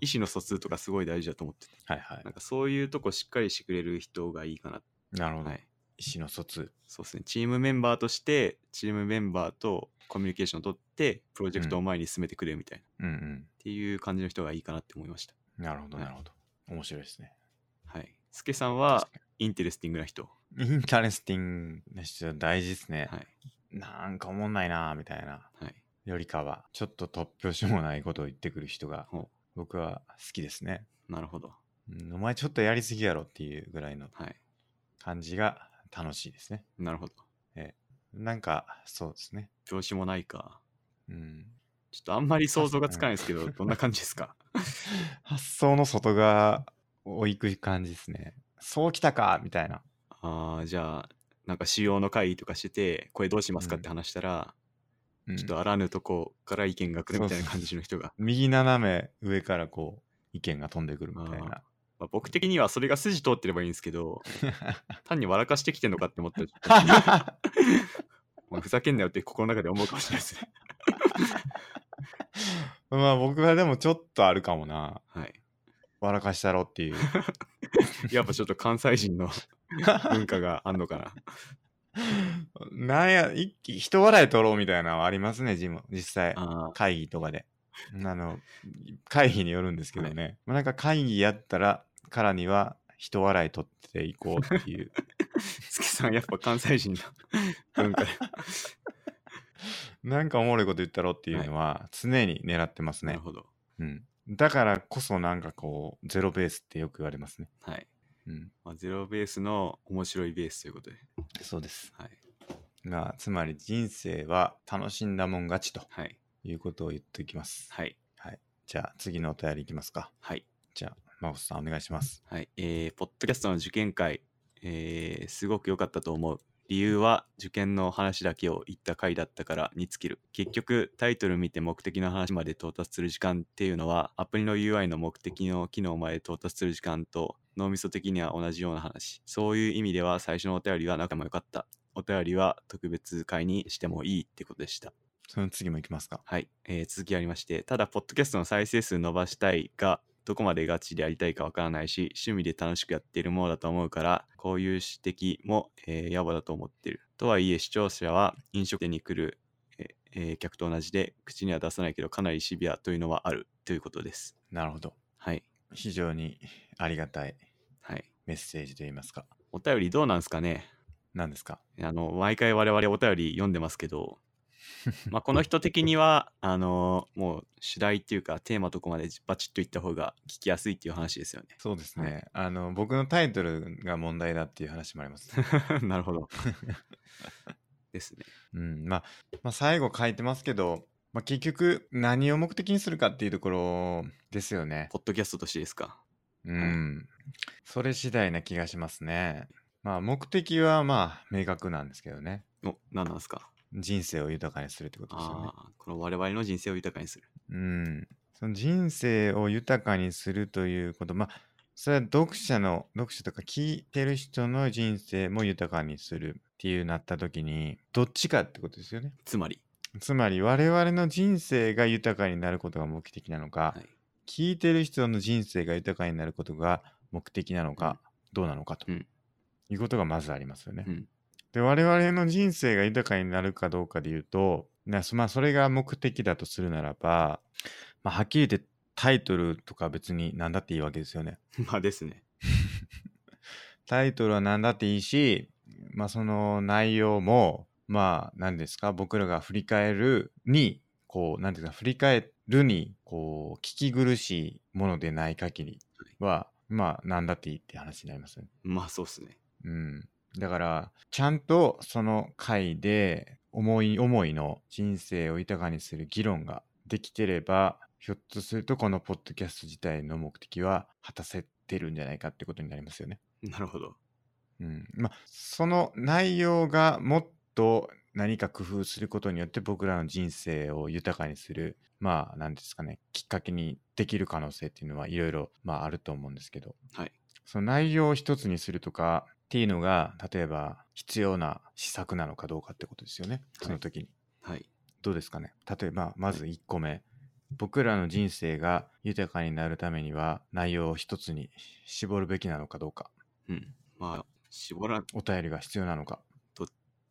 S2: 意思の疎通とかすごい大事だと思ってて、
S1: はいはい
S2: なん。かそういうとこしっかりしてくれる人がいいかな。
S1: なるほど。
S2: はい。
S1: 意思の疎通。
S2: そうですね。チームメンバーとして、チームメンバーとコミュニケーションを取って、プロジェクトを前に進めてくれるみたいな、っ
S1: うん
S2: ていう感じの人がいいかなって思いました。
S1: うん。なるほど、
S2: はい
S1: なるほど。面白いですね。
S2: はい。スケさんは、インテレスティングな人。
S1: インタレスティングな人大事ですね。
S2: はい。
S1: なんかおもんないなーみたいな。
S2: はい。
S1: よりかは、ちょっと突拍子もないことを言ってくる人が
S2: ほう、
S1: 僕は好きですね。
S2: なるほど。
S1: うんお前ちょっとやりすぎやろっていうぐらいの
S2: はい。
S1: 感じが楽しいですね。
S2: なるほど。
S1: なんか、そうですね。
S2: 調子もないか。
S1: うん。
S2: ちょっとあんまり想像がつかないですけど、どんな感じで すか
S1: 発想の外側を行く感じですね。そうきたかみたいな。
S2: ああ、じゃあ、なんか仕様の会議とかしてて、これどうしますか
S1: うん
S2: って話したら、
S1: うん
S2: ちょっとあらぬとこから意見が来るみたいな
S1: そうそう
S2: 感じの人が。
S1: 右斜め上からこう意見が飛んでくるみたい
S2: あ
S1: な。
S2: まあ、僕的にはそれが筋通ってればいいんですけ ど、単に笑かしてきてんのかって思ったらちょっと、もうふざけんなよって心の中で思うかもしれないですね。
S1: まあ僕はでもちょっとあるかもな。
S2: はい。
S1: 笑かしたろっていう。
S2: やっぱちょっと関西人の文化があんのかな。
S1: なんや、一気人笑い取ろうみたいなのはありますね、ジム。実際。
S2: あ
S1: 会議とかで。あの、会議によるんですけどね。まあなんか会議やったら、からには人笑い取っていこうっていう。
S2: ーつけさんやっぱ関西人の文化で。
S1: なんかおもろいこと言ったろっていうのは常に狙ってます
S2: な
S1: ね。
S2: るほど。
S1: うん。だからこそなんかこう、ゼロベースってよく言われますね。
S2: はい。
S1: うん。
S2: まあ、ゼロベースの面白いベースということで。
S1: そうです。
S2: はい。
S1: まあ、つまり人生は楽しんだもん勝ちと
S2: はい。
S1: いうことを言っておきます。
S2: はい。
S1: じゃあ次のお便りいきますか。
S2: はい。
S1: じゃあ、マコさんお願いします。
S2: はい。えー、ポッドキャストの受験会、えー、すごく良かったと思う。理由は受験の話だけを言った回だったからに尽きる。結局タイトル見て目的の話まで到達する時間っていうのはアプリの UI の目的の機能まで到達する時間と脳みそ的には同じような話。そういう意味では最初のお便りは仲も良かった。お便りは特別会にしてもいいってことでした。
S1: その次も行きますか。
S2: はい、えー続きありまして、ただ、ポッドキャストの再生数伸ばしたいが、どこまでガチでやりたいかわからないし、趣味で楽しくやっているものだと思うから、こういう指摘も、えー野暮だと思ってる。とはいえ、視聴者は飲食店に来る、えーえー客と同じで、口には出さないけど、かなりシビアというのはあるということです。
S1: なるほど。
S2: はい。
S1: 非常にありがたい
S2: はい。
S1: メッセージといいますか。
S2: お便りどうなんですかね
S1: 何ですか
S2: あの、毎回我々お便り読んでます けど、まあこの人的には、あのもう主題っていうかテーマとこまでバチッといった方が聞きやすいっていう話ですよね。
S1: そうですね、あの僕のタイトルが問題だっていう話もあります、
S2: なるほ ど。ですね。
S1: うんまあ、まあ最後書いてますけど、まあ、結局何を目的にするかっていうところですよね
S2: ポッドキャストとしてですか。
S1: うんそれ次第な気がしますねまあ目的はまあ明確なんですけどね
S2: お、何なんですか。
S1: 人生を豊かにするってことですよね
S2: ああ、この我々の人生を豊かにする。
S1: うんその人生を豊かにするということまあそれは読者の読者とか聞いてる人の人生も豊かにするっていうなった時にどっちかってことですよね
S2: つまり、
S1: つまり我々の人生が豊かになることが目的なのか、
S2: はい
S1: 聞いてる人の人生が豊かになることが目的なのか、どうなのかと、
S2: うん
S1: いうことがまずありますよね。
S2: うん
S1: で我々の人生が豊かになるかどうかで言うとなそまあそれが目的だとするならば、まあ、はっきり言ってタイトルとか別に何だっていいわけですよね。
S2: まあですね。
S1: タイトルは何だっていいし、まあ、その内容も、まあ、何ですか、僕らが振り返るに、こう、何ですか、振り返るに、こう、聞き苦しいものでない限りは、まあ、何だっていいって話になりますよね。
S2: まあそうですね。
S1: うん。だから、ちゃんとその回で、思い思いの人生を豊かにする議論ができてれば、ひょっとするとこのポッドキャスト自体の目的は果たせてるんじゃないかってことになりますよね。
S2: なるほど。
S1: うん、まあその内容がもっと何か工夫することによって僕らの人生を豊かにするまあ何ですかねきっかけにできる可能性っていうのはいろいろまああると思うんですけど、
S2: はい
S1: その内容を一つにするとかっていうのが例えば必要な施策なのかどうかってことですよねその時に、
S2: はい。
S1: どうですかね例えばまず1個目僕らの人生が豊かになるためには内容を一つに絞るべきなのかどうか
S2: うん。まあ、絞らんど
S1: お
S2: っ
S1: 便りが必要なのか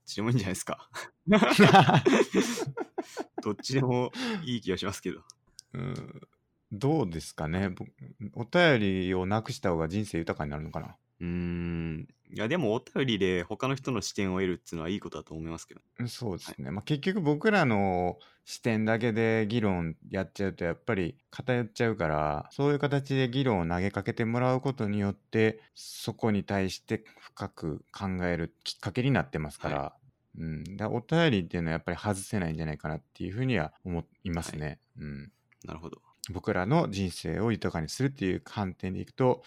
S2: ちでもいいんじゃないですか。 どっちでもいい気がしますけど。
S1: うんどうですかね僕お便りをなくした方が人生豊かになるのかな
S2: うーん。いや、でもお便りで他の人の視点を得るっていうのはいいことだと思いますけど。
S1: うんそうですね、まあ、結局僕らの視点だけで議論やっちゃうとやっぱり偏っちゃうからそういう形で議論を投げかけてもらうことによってそこに対して深く考えるきっかけになってますから,、うん、だからお便りっていうのはやっぱり外せないんじゃないかなっていうふうには思いますね。うん
S2: なるほど。
S1: 僕らの人生を豊かにするっていう観点でいくと、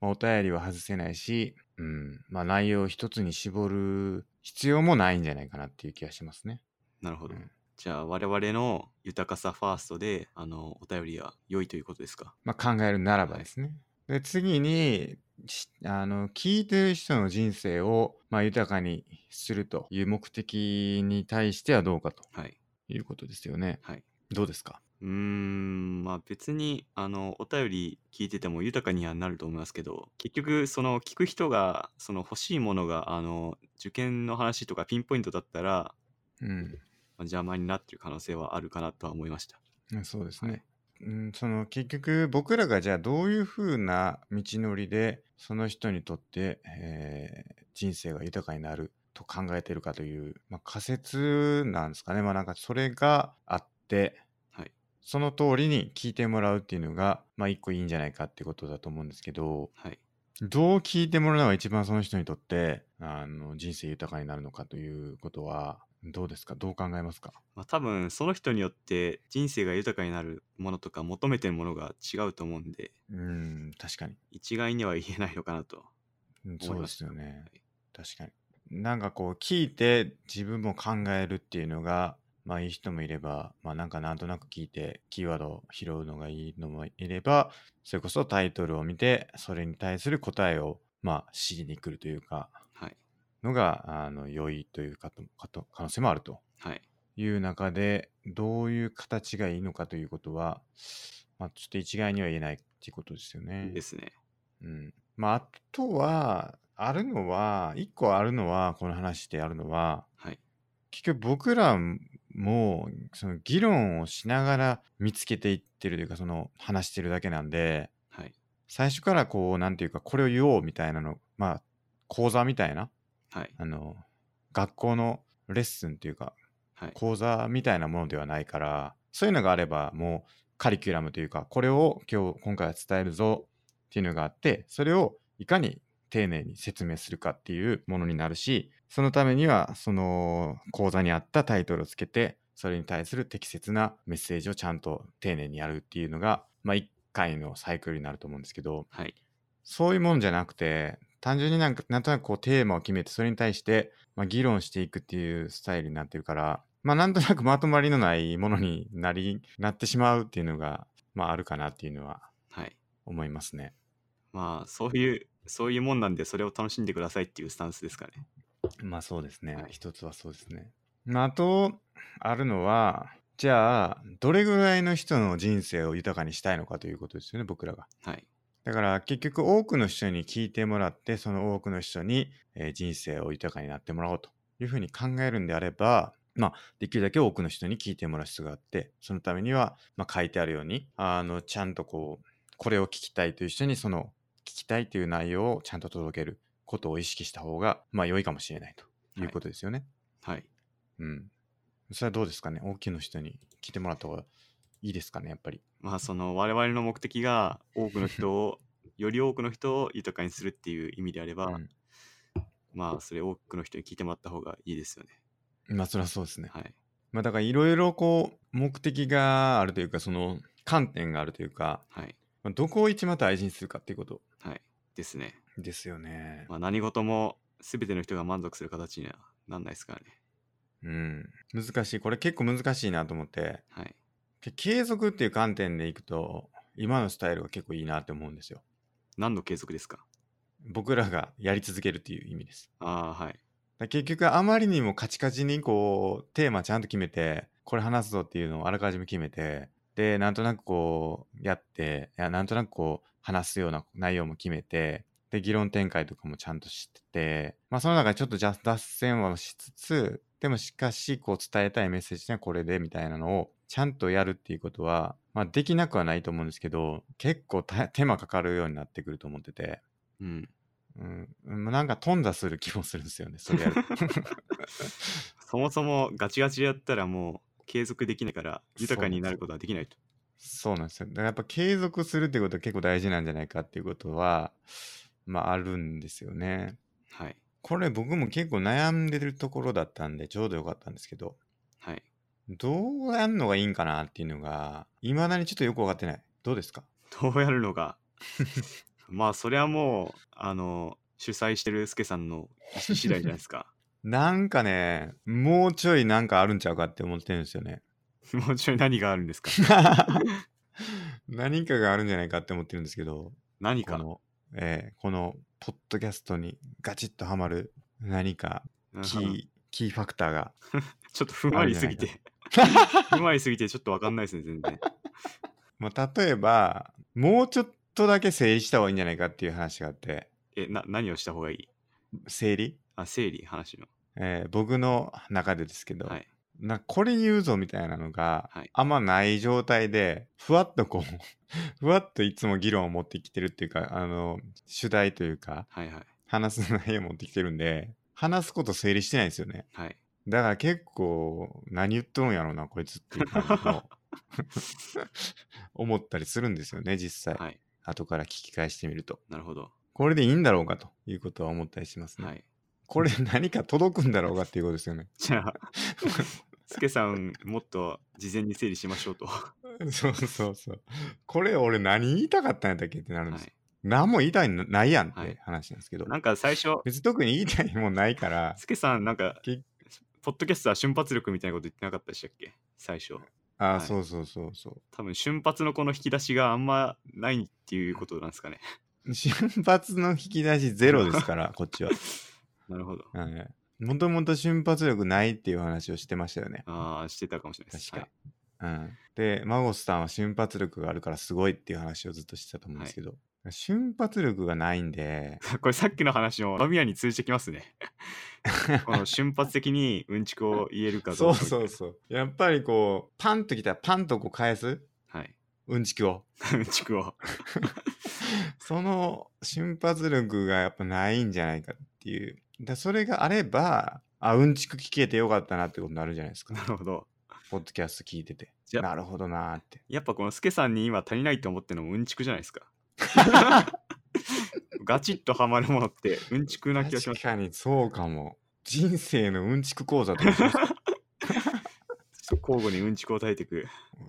S1: まあ、お便りは外せないし、うんまあ、内容を一つに絞る必要もないんじゃないかなっていう気がしますね。
S2: なるほど。
S1: うん
S2: じゃあ、我々の豊かさファーストで、あの、お便りは良いということですか。
S1: まあ、考えるならばですね。で次にしあの聞いてる人の人生を、まあ、豊かにするという目的に対してはどうかと
S2: はい。
S1: いうことですよね。
S2: はい。
S1: どうですか
S2: うーん、まあ別に、あの、お便り聞いてても豊かにはなると思いますけど、結局、その、聞く人が、その欲しいものが、あの、受験の話とかピンポイントだったら、
S1: うん
S2: まあ邪魔になってる可能性はあるかなとは思いました。
S1: うんそうですね。
S2: はい
S1: うん、その結局僕らがじゃあどういう風な道のりでその人にとって、えー人生が豊かになると考えてるかという、まあ、仮説なんですかねまあなんかそれがあって、
S2: はい
S1: その通りに聞いてもらうっていうのがまあ一個いいんじゃないかってことだと思うんですけど
S2: はい。
S1: どう聞いてもらうのが一番その人にとってあの人生豊かになるのかということはどうですかどう考えますか
S2: まあ多分、その人によって人生が豊かになるものとか求めてるものが違うと思うんで、
S1: うん確かに
S2: 一概には言えないのかなと。
S1: うん
S2: 思
S1: そ
S2: いうま
S1: で
S2: し
S1: す
S2: た
S1: よね。確かに。なんかこう聞いて自分も考えるっていうのが、まあいい人もいれば、まあなんかなんとなく聞いてキーワードを拾うのがいいのもいれば、それこそタイトルを見て、それに対する答えをまあ知りに来るというか、
S2: はい。
S1: のが、あの、良いというかとかと可能性もあると
S2: はい。
S1: いう中で、どういう形がいいのかということは、まあ、ちょっと一概には言えないっていうことですよね。
S2: ですね。
S1: うん、まああとはあるのは一個あるのはこの話であるのは
S2: はい。
S1: 結局僕らもその議論をしながら見つけていってるというかその話してるだけなんで
S2: はい。
S1: 最初からこうなんていうかこれを言おうみたいなのまあ講座みたいな
S2: はい。
S1: あの学校のレッスンというか
S2: はい。
S1: 講座みたいなものではないからそういうのがあればもうカリキュラムというかこれを今日今回は伝えるぞっていうのがあってそれをいかに丁寧に説明するかっていうものになるしそのためにはその講座に合ったタイトルをつけてそれに対する適切なメッセージをちゃんと丁寧にやるっていうのが、まあ、1回のサイクルになると思うんですけど
S2: はい。
S1: そういうもんじゃなくて、単純になんか、なんとなくこうテーマを決めて、それに対して、まあ、議論していくっていうスタイルになってるから、まあ、なんとなくま とまりのないものになり、なってしまうっていうのが、まあ、あるかなっていうのは
S2: はい。
S1: 思いますね。
S2: まあ、そういう、そういうもんなんで、それを楽しんでくださいっていうスタンスですかね。
S1: まあ、そうですね。
S2: はい
S1: 一つはそうですね。まあ、あと、あるのは、じゃあ、どれぐらいの人の人生を豊かにしたいのかということですよね、僕らが。
S2: はい。
S1: だから結局多くの人に聞いてもらってその多くの人に、えー人生を豊かになってもらおうというふうに考えるんであれば、まあ、できるだけ多くの人に聞いてもらう必要があってそのためには、まあ、書いてあるようにあのちゃんとこうこれを聞きたいという人にその聞きたいという内容をちゃんと届けることを意識した方が、まあ、良いかもしれないということですよね。
S2: はい。
S1: うん。それはどうですかね多くの人に聞いてもらった方がいいですかねやっぱり。
S2: まあ、その、我々の目的が、多くの人を、より多くの人を豊かにするっていう意味であれば、
S1: うん
S2: まあ、それ多くの人に聞いてもらった方がいいですよね。
S1: まあそれはそうですね。
S2: はい。
S1: まあだからいろいろこう目的があるというかその観点があるというか、
S2: はい。
S1: まあどこを一番大事にするかっていうこと
S2: はい。ですね。
S1: ですよね。
S2: まあ、何事も全ての人が満足する形にはなんないですからね。
S1: うん。難しい。これ結構難しいなと思って。
S2: はい。
S1: で継続っていう観点でいくと今のスタイルが結構いいなって思うんですよ。
S2: 何の継続ですか
S1: 僕らがやり続けるっていう意味です。
S2: ああ、は
S1: だ
S2: い。
S1: から結局あまりにもカチカチにこうテーマちゃんと決めてこれ話すぞっていうのをあらかじめ決めてでなんとなくこうやっていやなんとなくこう話すような内容も決めてで議論展開とかもちゃんとしててまあその中でちょっとじゃ脱線はしつつでもしかしこう伝えたいメッセージにはこれでみたいなのをちゃんとやるっていうことは、まあ、できなくはないと思うんですけど結構た手間かかるようになってくると思ってて。
S2: うん。
S1: うん、うんなんか頓挫する気もするんですよね、それやると
S2: そもそもガチガチでやったらもう継続できないから豊かになることはできないと。
S1: そうなんですよ。だからやっぱ継続するってことは結構大事なんじゃないかっていうことは、まああるんですよね。
S2: はい。
S1: これ僕も結構悩んでるところだったんでちょうどよかったんですけど、
S2: はい。
S1: どうやるのがいいんかなっていうのが、いまだにちょっとよくわかってない。どうですか
S2: どうやるのが まあそれはもうあの主催してるスケさんの意思次第じゃないですか。
S1: なんかね、もうちょいなんかあるんちゃうかって思ってるんですよね。
S2: もうちょい何があるんですか
S1: 何かがあるんじゃないかって思ってるんですけど、
S2: 何
S1: こ
S2: か。
S1: の、えーこのポッドキャストにガチッとはまる何か
S2: うん
S1: キー、キーファクターが
S2: ちょっとふんわりすぎて。 ふんわりすぎてちょっとわかんないですね、全然。
S1: まあ、例えばもうちょっとだけ整理した方がいいんじゃないかっていう話があって
S2: え、な、何をした方がいい
S1: 整理、
S2: あ、整理、話の。
S1: えー僕の中でですけど、
S2: はい。
S1: なこれ言うぞみたいなのが、
S2: はい
S1: あんまない状態でふわっとこう ふわっといつも議論を持ってきてるっていうかあの主題というか
S2: はいはい。
S1: 話す内容を持ってきてるんで話すこと整理してないんですよね
S2: はい。
S1: だから結構何言っとるんやろうなこいつっていう感じ の思ったりするんですよね実際、
S2: はい。
S1: 後から聞き返してみると
S2: なるほど。
S1: これでいいんだろうかということは思ったりしますね。
S2: はい。
S1: これで何か届くんだろうかっていうことですよね。
S2: じゃあ、スケさん、もっと事前に整理しましょうと。は
S1: そうそうそう。これ俺何言いたかったんやったっけってなるんです。
S2: い。
S1: 何も言いたいのないやんっ
S2: は
S1: て
S2: い
S1: 話なんですけど。
S2: なん か最初、
S1: 別に特に言いたいもんないから、
S2: スケさん、なんか
S1: き、
S2: ポッドキャストは瞬発力みたいなこと言ってなかったでしたっけ最初。
S1: ああ、
S2: はい
S1: そうそうそうそ
S2: 多分瞬発のこの引き出しがあんまないっていうことなんですかね。
S1: う。瞬発の引き出しゼロですから、こっちは。
S2: なるほど。
S1: もともと瞬発力ないっていう話をしてましたよね。
S2: ああ、してたかもしれないです。
S1: 確かうん、でマゴスさんは瞬発力があるからすごいっていう話をずっとしてたと思うんですけど、瞬発力がないんで
S2: はい、 これさっきの話も間宮に通じてきま すね。この瞬発的にうんちくを言えるかど
S1: そうう
S2: か。
S1: そうそうやっぱりこうパンときたらパンとこう返す
S2: はい。
S1: うんちくを
S2: うんちくを。
S1: その瞬発力がやっぱないんじゃないかっていうだそれがあればあうんちく聞けてよかったなってことになるじゃないですか
S2: なるほど。
S1: ポッドキャスト聞いてて
S2: じゃあ
S1: なるほどなーって
S2: やっぱこのスケさんに今足りないと思ってるのもうんちくじゃないです か。ガチッとハマるものってうんちくな気がしま
S1: 確
S2: す。
S1: かにそうかも人生のうんちく講座とかし ます
S2: ちょっと交互にうんちくを叩いていく。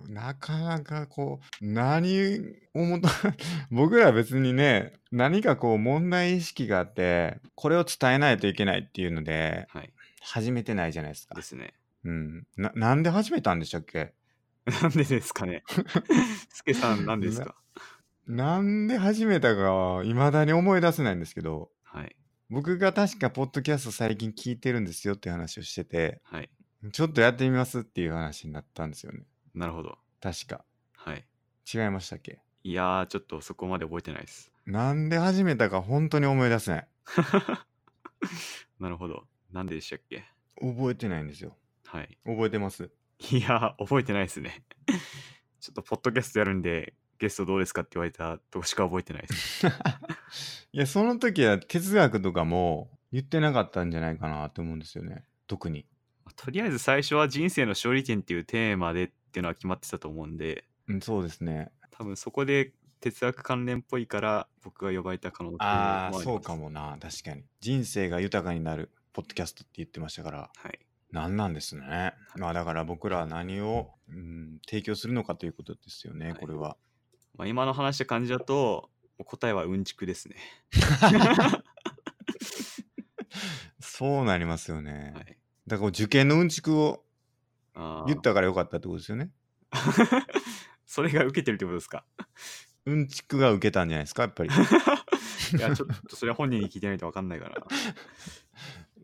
S1: なかなかこう何をもと 僕らは別にね何かこう問題意識があってこれを伝えないといけないっていうので
S2: はい。
S1: 始めてないじゃないですか
S2: で。すね。
S1: うん、ななんで始めたんでしたっけ
S2: なんでですか ね。スケさんなんですか。
S1: なんで始めたかはいまだに思い出せないんですけど
S2: はい。
S1: 僕が確かポッドキャスト最近聞いてるんですよって話をしてて
S2: はい。
S1: ちょっとやってみますっていう話になったんですよね
S2: なるほど。
S1: 確か
S2: はい。
S1: 違いましたっけ
S2: いやー、ちょっとそこまで覚えてないです。
S1: なんで始めたか本当に思い出せない
S2: なるほど。なんででしたっけ
S1: 覚えてないんですよ
S2: はい。
S1: 覚えてます
S2: いやー、覚えてないですね。 ちょっと、ポッドキャストやるんで、ゲストどうですかって言われたとこしか覚えてないです。
S1: いやその時は哲学とかも言ってなかったんじゃないかなと思うんですよね特に
S2: まあとりあえず最初は人生の勝利点っていうテーマでっていうのは決まってたと思うんで、
S1: うんそうですね
S2: 多分そこで哲学関連っぽいから僕が呼ばれた可能性も
S1: ああ
S2: ります
S1: そうか。もな確かに人生が豊かになるポッドキャストって言ってましたから
S2: はい。
S1: 何なんですねまあだから僕らは何を、うん、提供するのかということですよね、
S2: はい
S1: これは
S2: まあ、今の話した感じだと、もう答えはうんちくですね。
S1: そうなりますよね、
S2: はい。
S1: だから受験のうんちくを
S2: あー
S1: 言ったからよかったってことですよね
S2: それが受けてるってことですか
S1: うんちくが受けたんじゃないですかや っぱり
S2: いや、ちょっとそれは本人に聞いてないと分かんないから。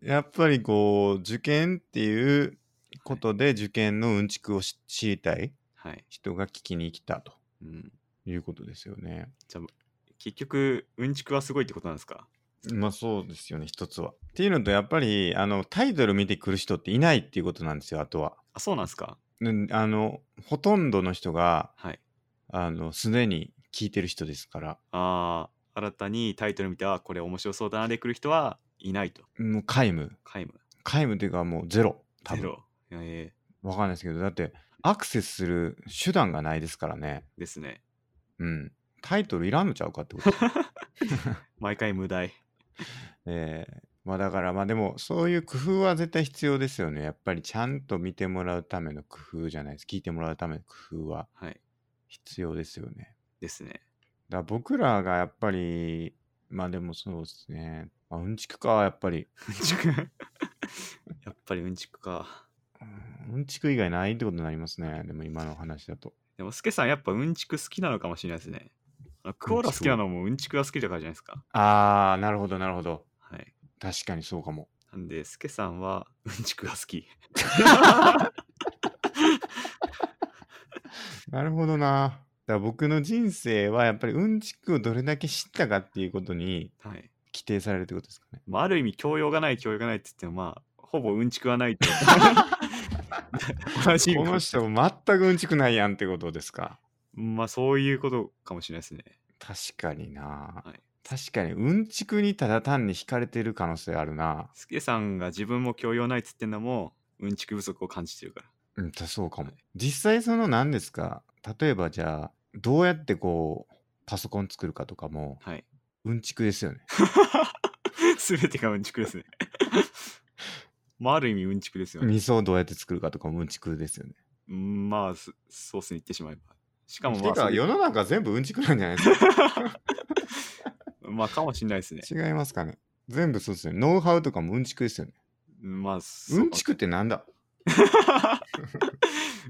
S1: やっぱりこう受験っていうことで受験のうんちくをし知りたい
S2: はい。
S1: 人が聞きに来たと
S2: うん。
S1: いうことですよね。
S2: 結局、うんちくはすごいってことなんですか
S1: まあそうですよね一つは。っていうのとやっぱりあのタイトル見てくる人っていないっていうことなんですよあとは。
S2: あ、そうなんですか
S1: んあのほとんどの人が
S2: はい。
S1: あのすでに聞いてる人ですから
S2: ああ、新たにタイトル見て、あこれ面白そうだなで来る人はいないと。
S1: もう皆無
S2: 皆無。
S1: 皆無というかもうゼロ多
S2: ゼ
S1: 分
S2: ロ。え
S1: わかんないですけどだってアクセスする手段がないですからね
S2: ー、ですね。
S1: うんタイトルいらんのちゃうかって こと
S2: 毎回無題。
S1: えーまあだからまあでもそういう工夫は絶対必要ですよね。やっぱりちゃんと見てもらうための工夫じゃないです。聞いてもらうための工夫は
S2: はい。
S1: 必要ですよね。
S2: ですね。
S1: だから僕らがやっぱりまあでもそうですね。まあ、うんちくかやっぱり、
S2: うん ちく。やっぱりうんちくか。
S1: うんうんちく以外ないってことになりますね。でも今の話だと。
S2: でも、スケさん、やっぱうんちく好きなのかもしれないですね。あのクオラ好きなのもうんちくが好きだからじゃないですか。
S1: あーなるほどなるほど。
S2: はい。
S1: 確かにそうかも。
S2: なんで、スケさんはうんちくが好き。
S1: なるほどな。だから僕の人生はやっぱりうんちくをどれだけ知ったかっていうことに
S2: はい。
S1: 規定されるってことですかね。
S2: まあ、ある意味教養がない教養がないって言ってもまあほぼうんちくは ないって同じ意味
S1: こ
S2: か
S1: の
S2: もしれ
S1: 人全くうんちくないやんってことですか
S2: ないまあそういうことかもしれないですね
S1: 確かにな、
S2: はい
S1: 確かにうんちくにただ単に惹かれてる可能性あるな
S2: スケさんが自分も教養ないって言ってんのもうんちく不足を感じてるから
S1: うんたそうかも、
S2: はい
S1: 実際その何ですか例えばじゃあどうやってこうパソコン作るかとかも
S2: はい
S1: うんちくですよね
S2: 全てがうんちく ですね まあある意味うんちくですよね、
S1: 味噌をどうやって作るかとかもうんちくですよね
S2: うんまあそそうっすね言ってしまえばしかもま
S1: て
S2: あそ
S1: か
S2: う
S1: 世の中全部うんちくなんじゃないです
S2: まあかもしれないですね
S1: か違いますかね全部そうですよねノウハウとかもうんちくですよね
S2: まあそうか
S1: んちくってなんだ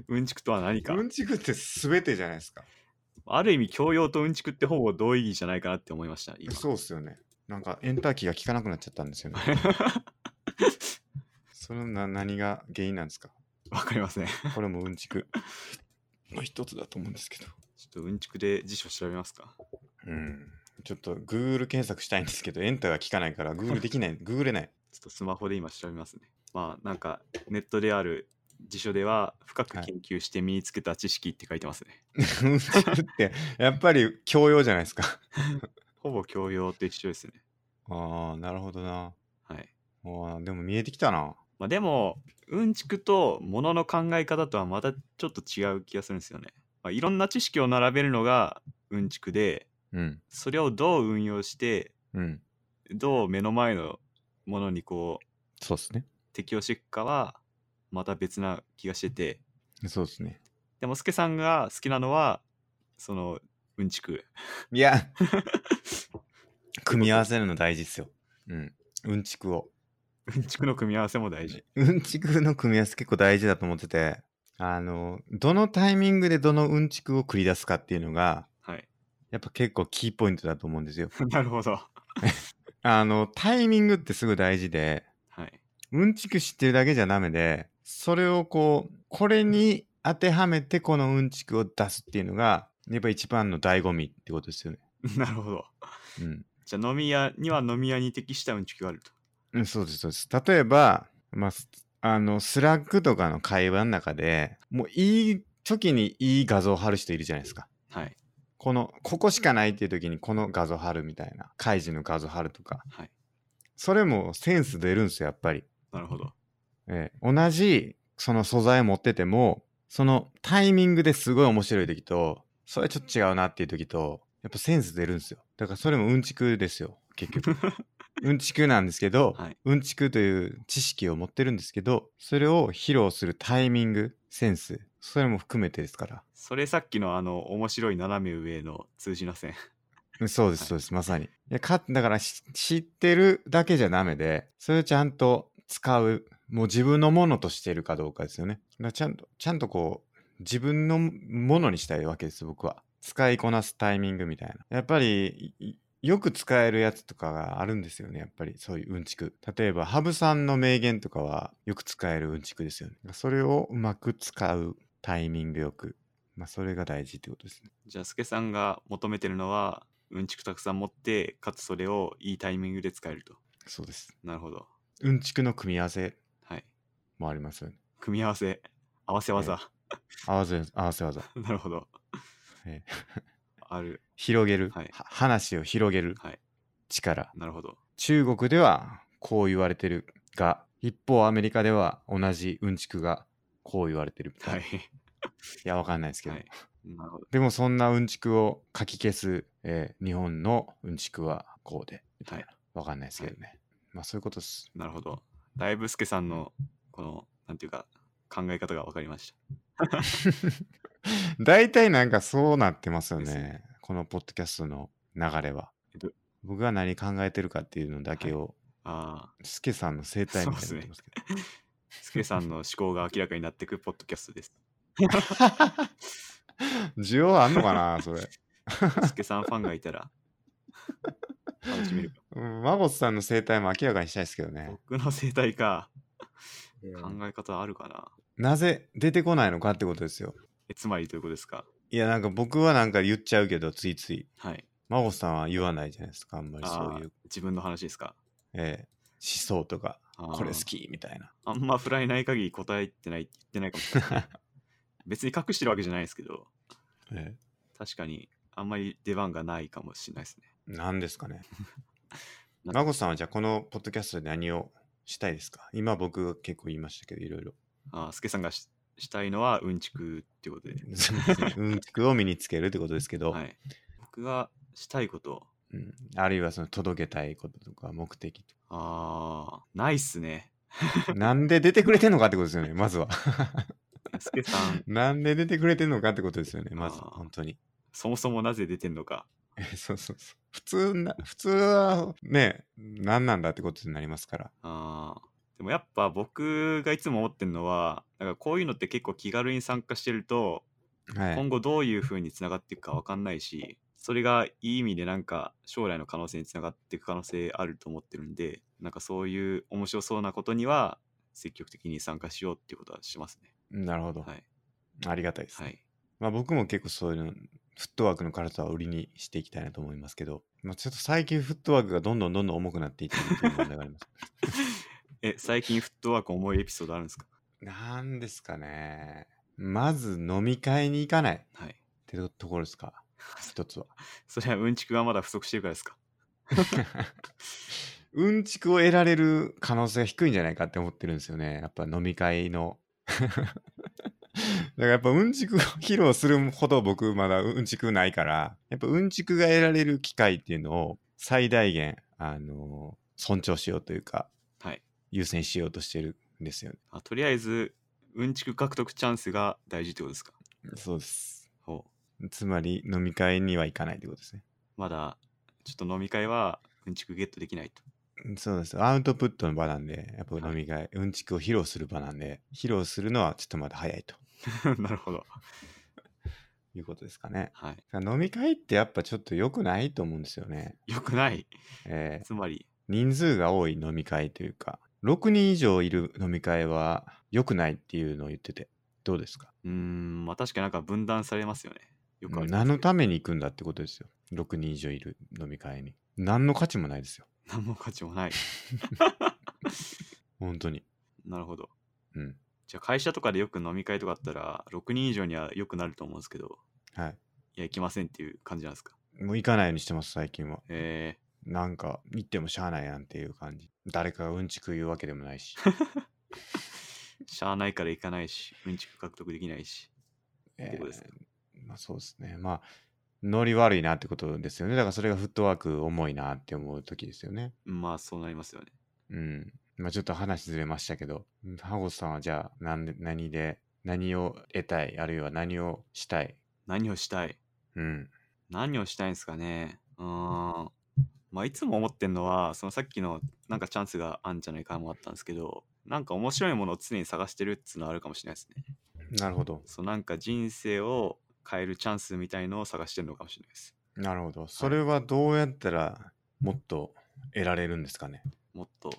S2: うんちくとは何か、
S1: うんちくって全てじゃないですか
S2: ある意味教養とうんちくってほぼ同意義じゃないかなって思いました今
S1: そうっすよね。なんかエンターキーが効かなくなっちゃったんです よね。それな何が原因なんですか
S2: わかりません。ちょ
S1: これもうんち くの一つだと思うんですけど。
S2: っとうんちくで辞書調べますか。
S1: うん。ちょっと Google 検索したいんですけど、エンタが効かないから Google できない、Google れない。
S2: ちょっとスマホで今調べますね。まあなんかネットである辞書では深く
S1: はい
S2: 研究して身につけた知識って書いてますね。
S1: うんちくって、やっぱり教養じゃないですか。
S2: ほぼ教養と一緒ですね。
S1: ああ、なるほどな。
S2: はい。
S1: ああ、でも見えてきたな。
S2: まあでもうんちくとものの考え方とはまたちょっと違う気がするんですよね。まあ、いろんな知識を並べるのがうんちくで
S1: うん。
S2: それをどう運用して
S1: うん。
S2: どう目の前のものにこう
S1: そうですね。
S2: 適応していくかはまた別な気がしてて
S1: そうですね。
S2: でもすけさんが好きなのはそのうんちく
S1: いや、組み合わせるの大事ですよ。うん。うんちくを。
S2: うんちくの組み合わせも大事
S1: うんちくの組み合わせ結構大事だと思ってて、あの、どのタイミングでどのうんちくを繰り出すかっていうのが、
S2: はい
S1: やっぱ結構キーポイントだと思うんですよ。
S2: なるほど
S1: あの、タイミングってすごい大事で、
S2: はい
S1: うんちく知ってるだけじゃダメで、それをこう、これに当てはめてこのうんちくを出すっていうのが、やっぱ一番の醍醐味ってことですよね。
S2: なるほど
S1: うん。
S2: じゃあ飲み屋には飲み屋に適したうんちくがあると
S1: うんそうです、そうです。例えば、まあ、すあの、スラックとかの会話の中で、もういい時にいい画像を貼る人いるじゃないですか。
S2: はい
S1: この、ここしかないっていう時にこの画像貼るみたいな。カイジの画像貼るとか。
S2: はい
S1: それもセンス出るんですよ、やっぱり。
S2: なるほど
S1: ええ同じその素材を持っててもそのタイミングですごい面白い時とそれちょっと違うなっていう時とやっぱセンス出るんですよだからそれもうんちくですよ結 局うんちくなんですけど、
S2: はい
S1: うんちくという知識を持ってるんですけどそれを披露するタイミングセンスそれも含めてですから
S2: それさっきのあの面白い斜め上の通じな線
S1: うんそうで
S2: は
S1: す
S2: い
S1: そうです、まさにいやかだからし知ってるだけじゃダメでそれをちゃんと使うもう自分のものとしているかどうかですよねだからちゃんとちゃんとこう自分のものにしたいわけです僕は使いこなすタイミングみたいなやっぱりいよく使えるやつとかがあるんですよねやっぱりそういううんちく例えば羽生さんの名言とかはよく使えるうんちくですよねそれをうまく使うタイミングよくまあそれが大事ってことですね
S2: じゃあすけさんが求めてるのはうんちくたくさん持ってかつそれをいいタイミングで使えると
S1: そうです
S2: なるほど
S1: うんちくの組み合わせ
S2: はい
S1: もありますよね。
S2: 組み合わせ合わせ技、
S1: 合わせ、合わせ技。
S2: なるほど
S1: ええ
S2: ある
S1: 広げる、
S2: はい
S1: は話を広げる
S2: はい
S1: 力。
S2: なるほど
S1: 中国ではこう言われてるが、一方アメリカでは同じうんちくがこう言われてるみたい
S2: は
S1: な。
S2: い
S1: い、や、わかんないですけど。
S2: はいなるほど
S1: でもそんなうんちくをかき消す、えー日本のうんちくはこうで、みたいな。わかんないですけどね。まあそういうことです。
S2: なるほどだいぶすけさんのこのなんていうか考え方が分かりまし
S1: 大体なんかそうなってますよ
S2: です
S1: ね
S2: ね。
S1: このポッドキャストの流れは
S2: えっと。
S1: 僕が何考えてるかっていうのだけを
S2: たあ
S1: スケさんの生態みたいになってますけど。
S2: ーすけさんの思考が明らかになってくポッドキャス トです
S1: 需要あんのかなそれ。
S2: すけさんファンがいたら楽しめるか
S1: うんマゴスさんの生態も明らかにしたいですけどね。
S2: 僕の生態か
S1: うん
S2: 考え方あるかな、
S1: なぜ出てこないのかってことですよ。
S2: えつまりということですか
S1: いや、なんか僕はなんか言っちゃうけど、ついつい。
S2: はい
S1: マゴスさんは言わないじゃないですか。あんまりそういう、
S2: 自分の話ですか
S1: えー思想とか、
S2: あー
S1: これ好きみたいな。
S2: あんまフライない限り答えてない言ってないかもしれない 別に隠してるわけじゃないですけど
S1: え
S2: 確かにあんまり出番がないかもしれないですね
S1: ーなんですかね。
S2: な
S1: マゴスさんはじゃあこのポッドキャストで何をしたいですか今僕が結構言いましたけど、いろい ろ。
S2: あーすけさんがししたいのはうんちくってことで
S1: うんちくを身につけるってことですけど。
S2: はい僕がしたいこと
S1: うん、あるいはその届けたいこととか目的と
S2: あーないっすね
S1: かなんで出てくれてんのかってことですよ ねまずは
S2: すけさん
S1: なんで出てくれてんのかってことですよねまず
S2: あー
S1: 本当に
S2: そもそもなぜ出てんのか
S1: そうそうそう普通な普通はね何なんだってことになりますから
S2: あーでもやっぱ僕がいつも思ってるのはなんかこういうのって結構気軽に参加してると
S1: はい
S2: 今後どういうふうにつながっていくか分かんないしそれがいい意味でなんか将来の可能性につながっていく可能性あると思ってるんでなんかそういう面白そうなことには積極的に参加しようっていうことはしますね
S1: なるほど。
S2: はい
S1: ありがたいです。
S2: はい
S1: まあ僕も結構そういうの、フットワークの軽さを売りにしていきたいなと思いますけど、まあちょっと最近フットワークがどんどんどんどん重くなっていってるっていう問題があります。
S2: え最近フットワーク重いエピソードあるんですか
S1: なんですかね。まず飲み会に行かないっ
S2: はい
S1: てところです か。一つは。
S2: それはうんちくがまだ不足してるからですか
S1: うんちくを得られる可能性が低いんじゃないかって思ってるんですよね。やっぱ飲み会の。 だからやっぱうんちくを披露するほど僕まだうんちくないから、やっぱうんちくが得られる機会っていうのを最大限、あの尊重しようというか、
S2: はい
S1: 優先しようとしてるんですよね。
S2: あとりあえずうんちく獲得チャンスが大事ってことですか
S1: そうです。
S2: ほう
S1: つまり飲み会には行かないってことですね。
S2: まだちょっと飲み会はうんちくゲットできないと
S1: そうです。アウトプットの場なんで、やっぱ飲み会、うんちくを披露する場なんで、披露するのはちょっとまだ早いと
S2: なるほど。
S1: いうことですかね。
S2: はい。
S1: 飲み会ってやっぱちょっと良くないと思うんですよね。
S2: よくない。
S1: えー
S2: つまり、
S1: 人数が多い飲み会というか、6人以上いる飲み会は良くないっていうのを言ってて、どうですか
S2: うーん、まあ確かになんか分断されますよね。よくあります
S1: 何のために行くんだってことですよ。6人以上いる飲み会に。何の価値もないですよ。
S2: 何も価値もない。
S1: 本当に。
S2: なるほど。
S1: うん。
S2: じゃあ会社とかでよく飲み会とかあったら、6人以上にはよくなると思うんですけど、
S1: はい
S2: や、行きませんっていう感じなんですか。
S1: い。もう行かないようにしてます、最近は。
S2: え
S1: なんか行ってもしゃあないやんっていう感じ誰かがうんちく言うわけでもないし
S2: ー、しゃあないから行かないし、うんちく獲得できないし。
S1: え
S2: てことですか
S1: ーまあ、そうですねまあノリ悪いなってことですよねだからそれがフットワーク重いなって思う時ですよね
S2: まあそうなりますよね。
S1: うんまあちょっと話ずれましたけどうんハゴさんはじゃあ何で何で何を得たいあるいは何をしたい
S2: 何をしたい
S1: うん
S2: 何をしたいんですかねうーん。まあ、いつも思ってんのは、そのさっきのなんかチャンスがあるんじゃないかもあったんですけど、なんか面白いものを常に探してるっつうのはあるかもしれないですね。
S1: なるほど
S2: そうなんか人生を変えるチャンスみたいのを探してるのかもしれないです。
S1: なるほどそれはどうやったらもっと得られるんですかね
S2: もっと。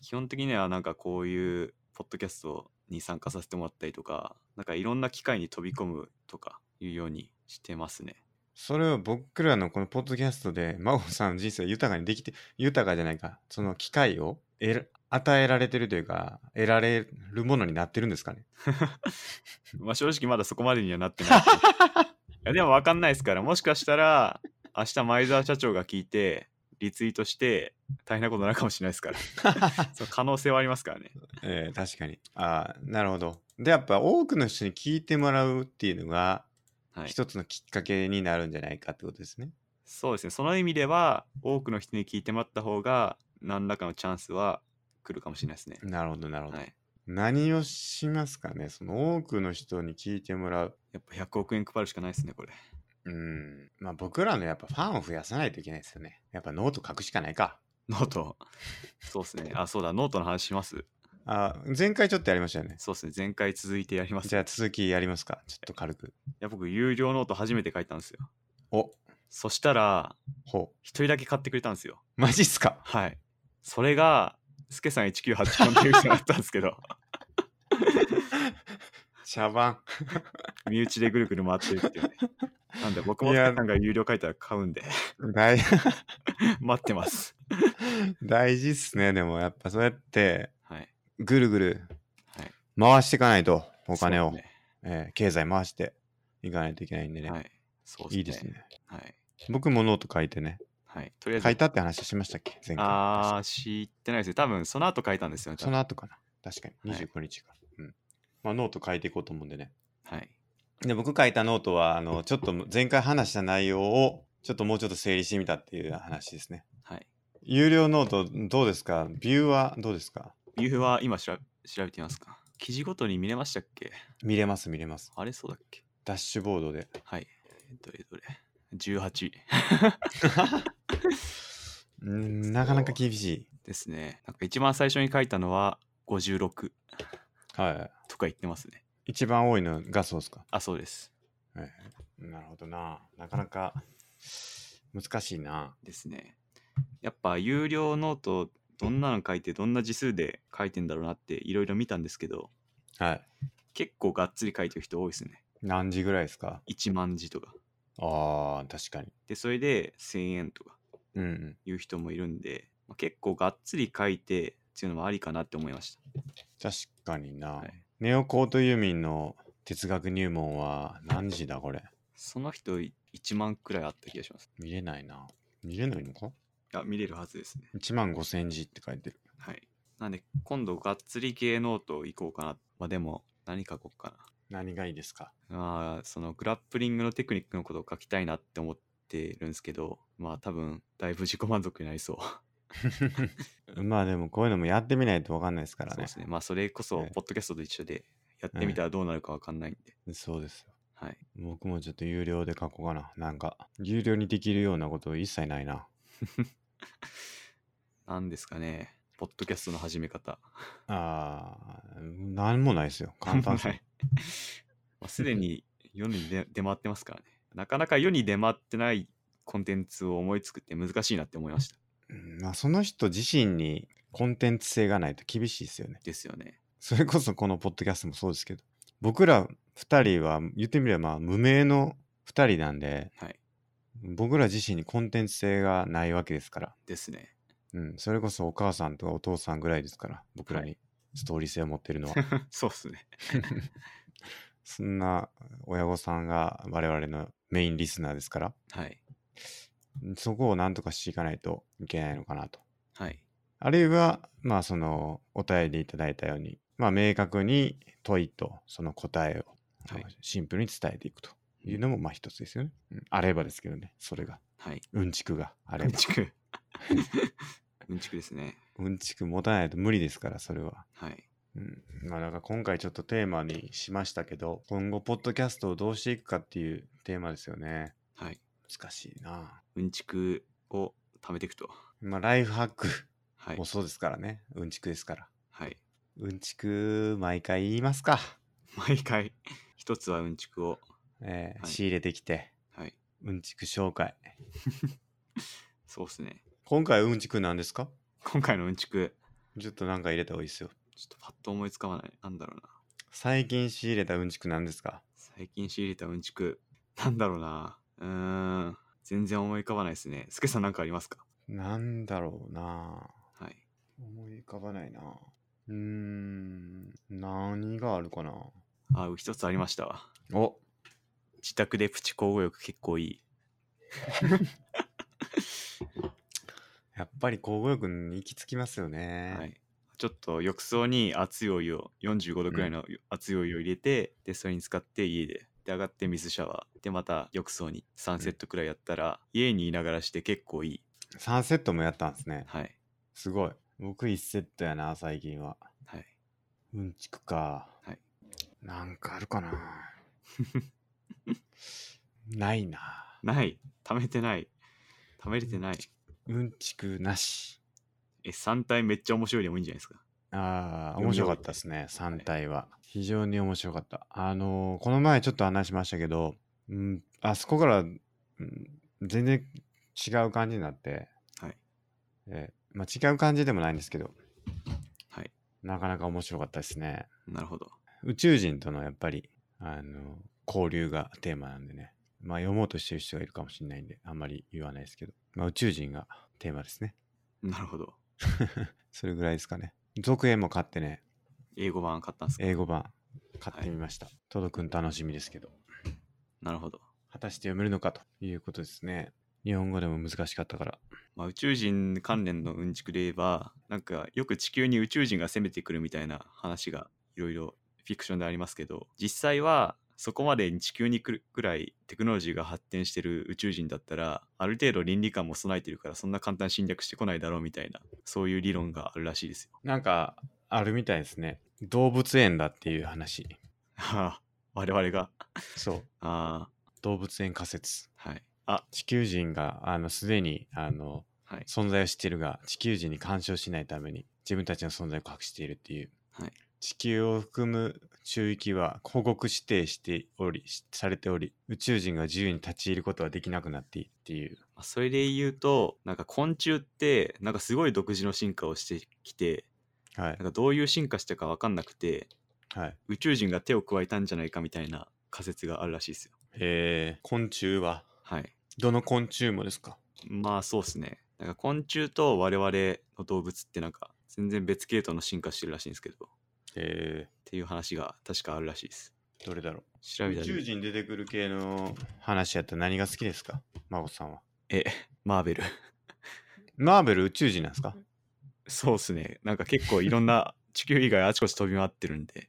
S2: 基本的にはなんかこういうポッドキャストに参加させてもらったりとか、なんかいろんな機会に飛び込むとかいうようにしてますね。
S1: それを僕らのこのポッドキャストで、 真帆さんの人生を豊かにできて、豊かじゃないか、その機会を得る与えられてるというか、得られるものになってるんですかね。
S2: まあ正直まだそこまでにはなっ てないけど。いやでも分かんないですから、もしかしたら明日前澤社長が聞いて、リツイートして大変なことになるかもしれないですから。 その可能性はありますからね。
S1: えー確かに。ああ、なるほど。で、やっぱ多くの人に聞いてもらうっていうのが、
S2: はい、
S1: 一つのきっかけになるんじゃないかってことですね。
S2: そうですね。その意味では、多くの人に聞いてもらった方が、何らかのチャンスは来るかもしれないですね。
S1: なるほど、なるほど。
S2: はい、
S1: 何をしますかね、その多くの人に聞いてもらう。
S2: やっぱ100億円配るしかないですね、これ。
S1: うん。まあ僕らのやっぱファンを増やさないといけないですよね。やっぱノート書くしかないか。
S2: ノート。そうですね。あ、そうだ、ノートの話します。
S1: あー前回ちょっとやりましたよね。
S2: そうですね。前回続いてやります。
S1: じゃあ続きやりますか。ちょっと軽く。
S2: いや僕、有料ノート初めて書いたんですよ。
S1: お、
S2: そしたら、
S1: ほう。
S2: 一人だけ買ってくれたんですよ。
S1: マジっすか
S2: はい。それが、すけさん1984っていう人だったんです けど、
S1: 茶番。
S2: 身内でぐるぐる回ってるっていうね。なんで僕も
S1: い
S2: すけ
S1: や
S2: さんが有料書いたら買うんで、
S1: 大、
S2: 待ってます。
S1: 大事っすね。でもやっぱそうやって、
S2: はい。
S1: ぐるぐる
S2: はい、
S1: 回していかないと、お金
S2: そう
S1: を、
S2: ですね
S1: えー経済回していかないといけないんでね。
S2: はい。そう
S1: いいです。ね。
S2: はい。
S1: 僕もノート書いてね。
S2: はい。とりあえず、
S1: 書いたって話しましたっけ前回。
S2: ああ、知ってないですね。多分その後書いたんですよね。多
S1: そ
S2: 分
S1: の後かな。確かに。
S2: はい
S1: 25日から。うん。まあノート書いていこうと思うんでね。
S2: はい。
S1: で僕書いたノートはあ のちょっと前回話した内容をちょっともうちょっと整理してみたっていう話ですね。
S2: はい。
S1: 有料ノートどうですかビューはどうですか
S2: 理由は今調べ調べてみますか。記事ごとに見れましたっけ
S1: 見れます見れます。
S2: あれそうだっけ
S1: ダッシュボードで。
S2: はい。どれどれ。18
S1: うんなかなか厳しい。
S2: ですね。なんか一番最初に書いたのは56
S1: は
S2: とか言ってますね。
S1: い。一番多いのがそうですか。
S2: あ、そうです。
S1: なるほどな。なかなか難しいな。
S2: ですね。やっぱ有料ノートどんなの書いてどんな字数で書いてんだろうなっていろいろ見たんですけど
S1: はい。
S2: 結構がっつり書いてる人多いですね。
S1: 何時ぐらいですか
S2: 1万字とか。
S1: ああ、確かに。
S2: でそれで1000円とか
S1: うんうん。
S2: いう人もいるんで、まあ、結構がっつり書いてっていうのもありかなって思いまし
S1: 確かにな。
S2: た。はい、
S1: ネオコートユーミンの哲学入門は何時だこれ。
S2: その人1万くらいあった気がします。
S1: 見れないな。見れないのか
S2: いや見れるはずですね。
S1: ?1 万5千字って書いてる。
S2: はい。なんで今度がっつり系ノート行こうかな。まあでも何書こうかな。
S1: 何がいいですか
S2: まあそのグラップリングのテクニックのことを書きたいなって思ってるんですけどまあ多分だいぶ自己満足になりそう
S1: まあでもこういうのもやってみないと分かんないですから
S2: そう
S1: ね。
S2: ですねまあそれこそ
S1: ええ
S2: ポッドキャストと一緒でやってみたらどうなるかわかんないんで、
S1: そうですよ。
S2: はい
S1: 僕もちょっと有料で書こうかな。なんか、有料にできるようなこと一切ないな。
S2: なんですかねポッドキャストの始め方
S1: ああ、なんもないですよ。簡単
S2: はいまあすでに世に出出回ってますからねなかなか世に出回ってないコンテンツを思いつくって難しいなって思いました
S1: うんまあ、その人自身にコンテンツ性がないと厳しいですよね。
S2: ですよね
S1: それこそこのポッドキャストもそうですけど、僕ら2人は言ってみれば無名の2人なんで、
S2: はい
S1: 僕ら自身にコンテンツ性がないわけですから、
S2: ですね
S1: うん、それこそお母さんとかお父さんぐらいですから、僕ら
S2: は
S1: にストーリー性を持ってるのは。
S2: そうっすね
S1: そんな親御さんが我々のメインリスナーですから、
S2: はい
S1: そこをなんとかしていかないといけないのかなと。
S2: はい
S1: あるいは、まあそのお便りいただいたように、まあ明確に問いとその答えを
S2: はい
S1: シンプルに伝えていくというのもまあ一つですよね。うんあればですけどね、それが。
S2: はい
S1: うんちくがあれ
S2: うん
S1: ば。
S2: ちく。うんちくですね。
S1: うんちく持たないと無理ですから、それは。
S2: はい。
S1: うん、まあだから今回ちょっとテーマにしましたけど、今後ポッドキャストをどうしていくかっていうテーマですよね。
S2: はい。
S1: 難しいな。
S2: うんちくを貯めていくと。
S1: まあライフハック
S2: はい
S1: も。そうですからね。うんちくですから。
S2: はい。
S1: うんちく毎回言いますか。
S2: 毎回、一つはうんちくを。
S1: えー
S2: はい
S1: 仕入れてきて、
S2: はい。
S1: うんちく紹介。
S2: そうですね。
S1: 今回うんちくなんですか
S2: 今回のうんちく、
S1: ちょっとなんか入れた方がいいですよ。
S2: ちょっとパッと思いつかまない。なんだろうな。
S1: 最近仕入れたうんちくなんですか
S2: 最近仕入れたうんちく、なんだろうな。うーん。全然思い浮かばないですね。すけさんなんかありますか
S1: なんだろうな
S2: はい。
S1: 思い浮かばないなうーん、何があるかな
S2: あ、一つありましたわ。
S1: お
S2: 自宅でプチ交互浴結構いい。
S1: やっぱり交互浴に行き着きますよね。
S2: はい、ちょっと浴槽に熱いお湯を45度くらいの熱いお湯を入れて、でそれに使って家でで上がって水シャワーでまた浴槽に3セットくらいやったら、家にいながらして結構いい
S1: 3セットもやったんですね。
S2: はい
S1: すごい。僕1セットやな、最近は。
S2: はい
S1: うんちくか。
S2: はい
S1: なんかある かなないな。
S2: ない溜めてない溜めれてない
S1: うんちくなし。
S2: え3体めっちゃ面白いでもいいんじゃないですか
S1: ああ、
S2: 読
S1: 面
S2: み終
S1: 白か
S2: わ
S1: っ
S2: り
S1: たですね、3体は。非常に面白かった。あのーこの前ちょっと話しましたけど、うん、あそこから、うん、全然違う感じになって、
S2: はい
S1: えーまあ、違う感じでもないんですけど、
S2: はい
S1: なかなか面白かったですね。
S2: なるほど
S1: 宇宙人とのやっぱり、あの交流がテーマなんでね。まあ読もうとしてる人がいるかもしれないんで、あんまり言わないですけど。まあ宇宙人がテーマですね。
S2: なるほど
S1: それぐらいですかね。続編も買ってね、
S2: 英語版買ったんですか
S1: 英語版買ってみました。トドくん楽しみですけど。
S2: なるほど、
S1: 果たして読めるのかということですね。日本語でも難しかったから。
S2: まあ、宇宙人関連のうんちくで言えばなんかよく地球に宇宙人が攻めてくるみたいな話がいろいろフィクションでありますけど実際はそこまでに地球に来るくらいテクノロジーが発展してる宇宙人だったらある程度倫理観も備えてるからそんな簡単に侵略してこないだろうみたいなそういう理論があるらしいですよ。
S1: なんか、あるみたいですね。動物園だっていう話。
S2: はあ我々が
S1: そう。
S2: あ
S1: 動物園仮説。
S2: ーはいあ
S1: 地球人が、あの、すでに、あの、
S2: はい
S1: 存在を知っているが地球人に干渉しないために自分たちの存在を隠しているっていう、
S2: はい
S1: 地球を含む宙域は保護区指定しており、しされており、宇宙人が自由に立ち入ることはできなくなっているっていう。
S2: まあそれで言うとなんか昆虫ってなんかすごい独自の進化をしてきて
S1: はい
S2: なん。かどういう進化したか分かんなくて
S1: はい。
S2: 宇宙人が手を加えたんじゃないかみたいな仮説があるらしいですよ
S1: えー、昆虫は
S2: はい
S1: どの昆虫もですか
S2: まあそうですねなんか昆虫と我々の動物ってなんか全然別系統の進化してるらしいんですけどっ
S1: え
S2: ていう話が確かあるらしいです
S1: ー、どれだろ
S2: 調
S1: う
S2: べ
S1: 宇
S2: たら
S1: 宙人出てくる系の話やったら何が好きですか真帆さんは。
S2: マーベル
S1: マーベル宇宙人なんですか
S2: そうですねなんか結構いろんな 地球以外あちこち飛び回ってるんで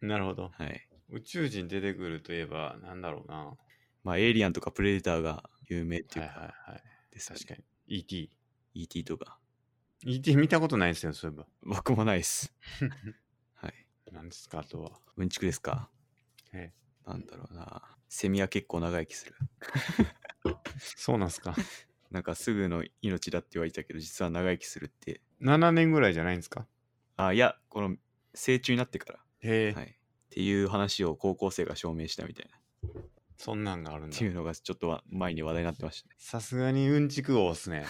S1: なるほど。
S2: はい
S1: 宇宙人出てくるといえば、なんだろうな。
S2: まあエイリアンとかプレデターが有名って
S1: はい
S2: い
S1: は
S2: う
S1: い
S2: か
S1: はい。
S2: です、
S1: 確かに。ET。
S2: に ET とか
S1: ET 見たことないんですよ、そういえば。
S2: 僕もないっ すはい
S1: 何ですか、あとは。
S2: うんちくですか
S1: ええ
S2: なんだろうなセミは結構長生きする
S1: そうなんですか。
S2: なんかすぐの命だって言われたけど実は長生きするって
S1: 7年ぐらいじゃないんですか
S2: あいやこの成虫になってから
S1: へえ、
S2: はい、っていう話を高校生が証明したみたいな
S1: そんなんがあるん
S2: っ
S1: だ
S2: て。いうのがちょっとは前に話題になってましたね
S1: さすがにうんちく王っ すね。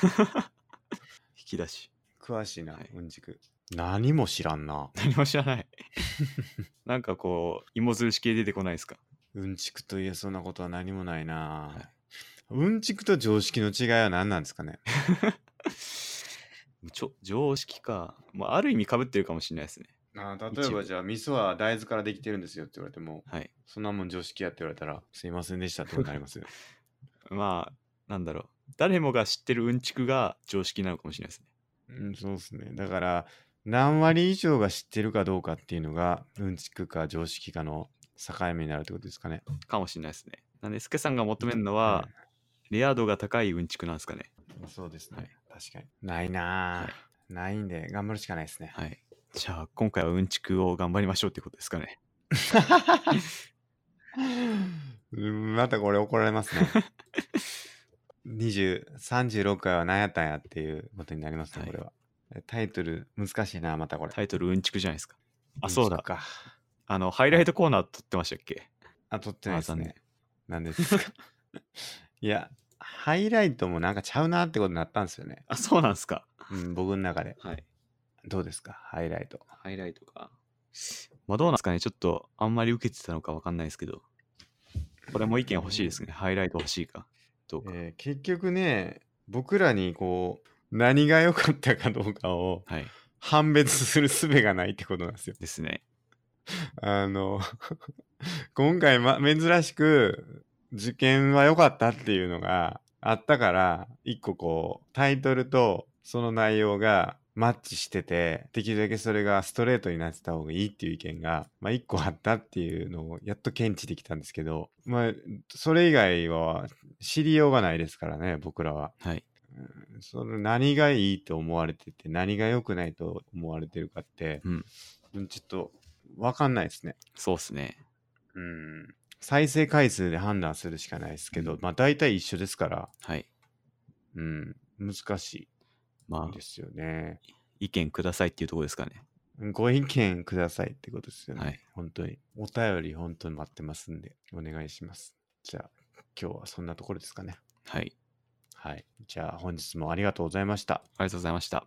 S2: 引き出し
S1: 詳しいな、
S2: はい
S1: うんちく。何も知らんな。
S2: 何も知 らないなんかこう芋づる式出てこないですか
S1: うんちくと言えそうなことは何もないな。
S2: はい
S1: うんちくと常識の違いは何なんですか ね
S2: ちょ常識か、まあ、ある意味かぶってるかもしれないですね
S1: あ
S2: 例えば一部
S1: じゃあ味噌は大豆からできてるんですよって言われても
S2: はい
S1: そんなもん常識やって言われたらすいませんでしたってことになりますよ
S2: まあなんだろう誰もが知ってるうんちくが常識なのかもしれないですね
S1: うんそうですねだから何割以上が知ってるかどうかっていうのがうんちくか常識かの境目になるってことですかね
S2: かもしれないですねなんでスケさんが求めるのは、レア度が高いうんちくなんですかね
S1: うんそうですね、
S2: はい
S1: 確かにないなあ、
S2: はい
S1: ないんで頑張るしかないですね
S2: はいじゃあ今回はうんちくを頑張りましょうってことですかね
S1: うんまたこれ怒られますね 2036回は何やったんやっていうことになりますね、
S2: はい
S1: これはタイトル難しいなまたこれ
S2: タイトルうんちくじゃないですかあそう
S1: うん
S2: だ
S1: ちくか
S2: あのハイライトコーナー撮ってましたっけ
S1: あ撮ってないです
S2: あ残
S1: ね
S2: 念
S1: なんでですか いやハイライトもなんかちゃうなってことになったんですよね、
S2: あそうなんですか
S1: うん、僕の中で
S2: はい
S1: どうですかハイライト
S2: ハイライトかまあどうなんですかねちょっとあんまり受けてたのかわかんないですけどこれも意見欲しいですねハイライト欲しいかどうか、
S1: えー結局ね僕らにこう何が良かったかどうかを
S2: はい
S1: 判別する術がないってことなんですよ。
S2: ですね
S1: あの 今回、ま、珍しく受験は良かったっていうのがあったから一個こうタイトルとその内容がマッチしててできるだけそれがストレートになってた方がいいっていう意見が、まあ、1個あったっていうのをやっと検知できたんですけど、まあ、それ以外は知りようがないですからね僕らは。
S2: はい
S1: うんその何がいいと思われてて何が良くないと思われてるかって、
S2: うん
S1: うんちょっと分かんないですね。
S2: そうですね
S1: うん、再生回数で判断するしかないですけど、
S2: うん
S1: まあ大体一緒ですから、
S2: はい
S1: うん、難し
S2: ま
S1: い
S2: あ
S1: ですよね。
S2: 意見くださいっていうところですかね
S1: ご意見くださいってことですよね。
S2: はい
S1: 本当に。お便り本当に待ってますんで、お願いします。じゃあ今日はそんなところですかね。
S2: はい
S1: はい。じゃあ本日もありがとうございました。
S2: ありがとうございました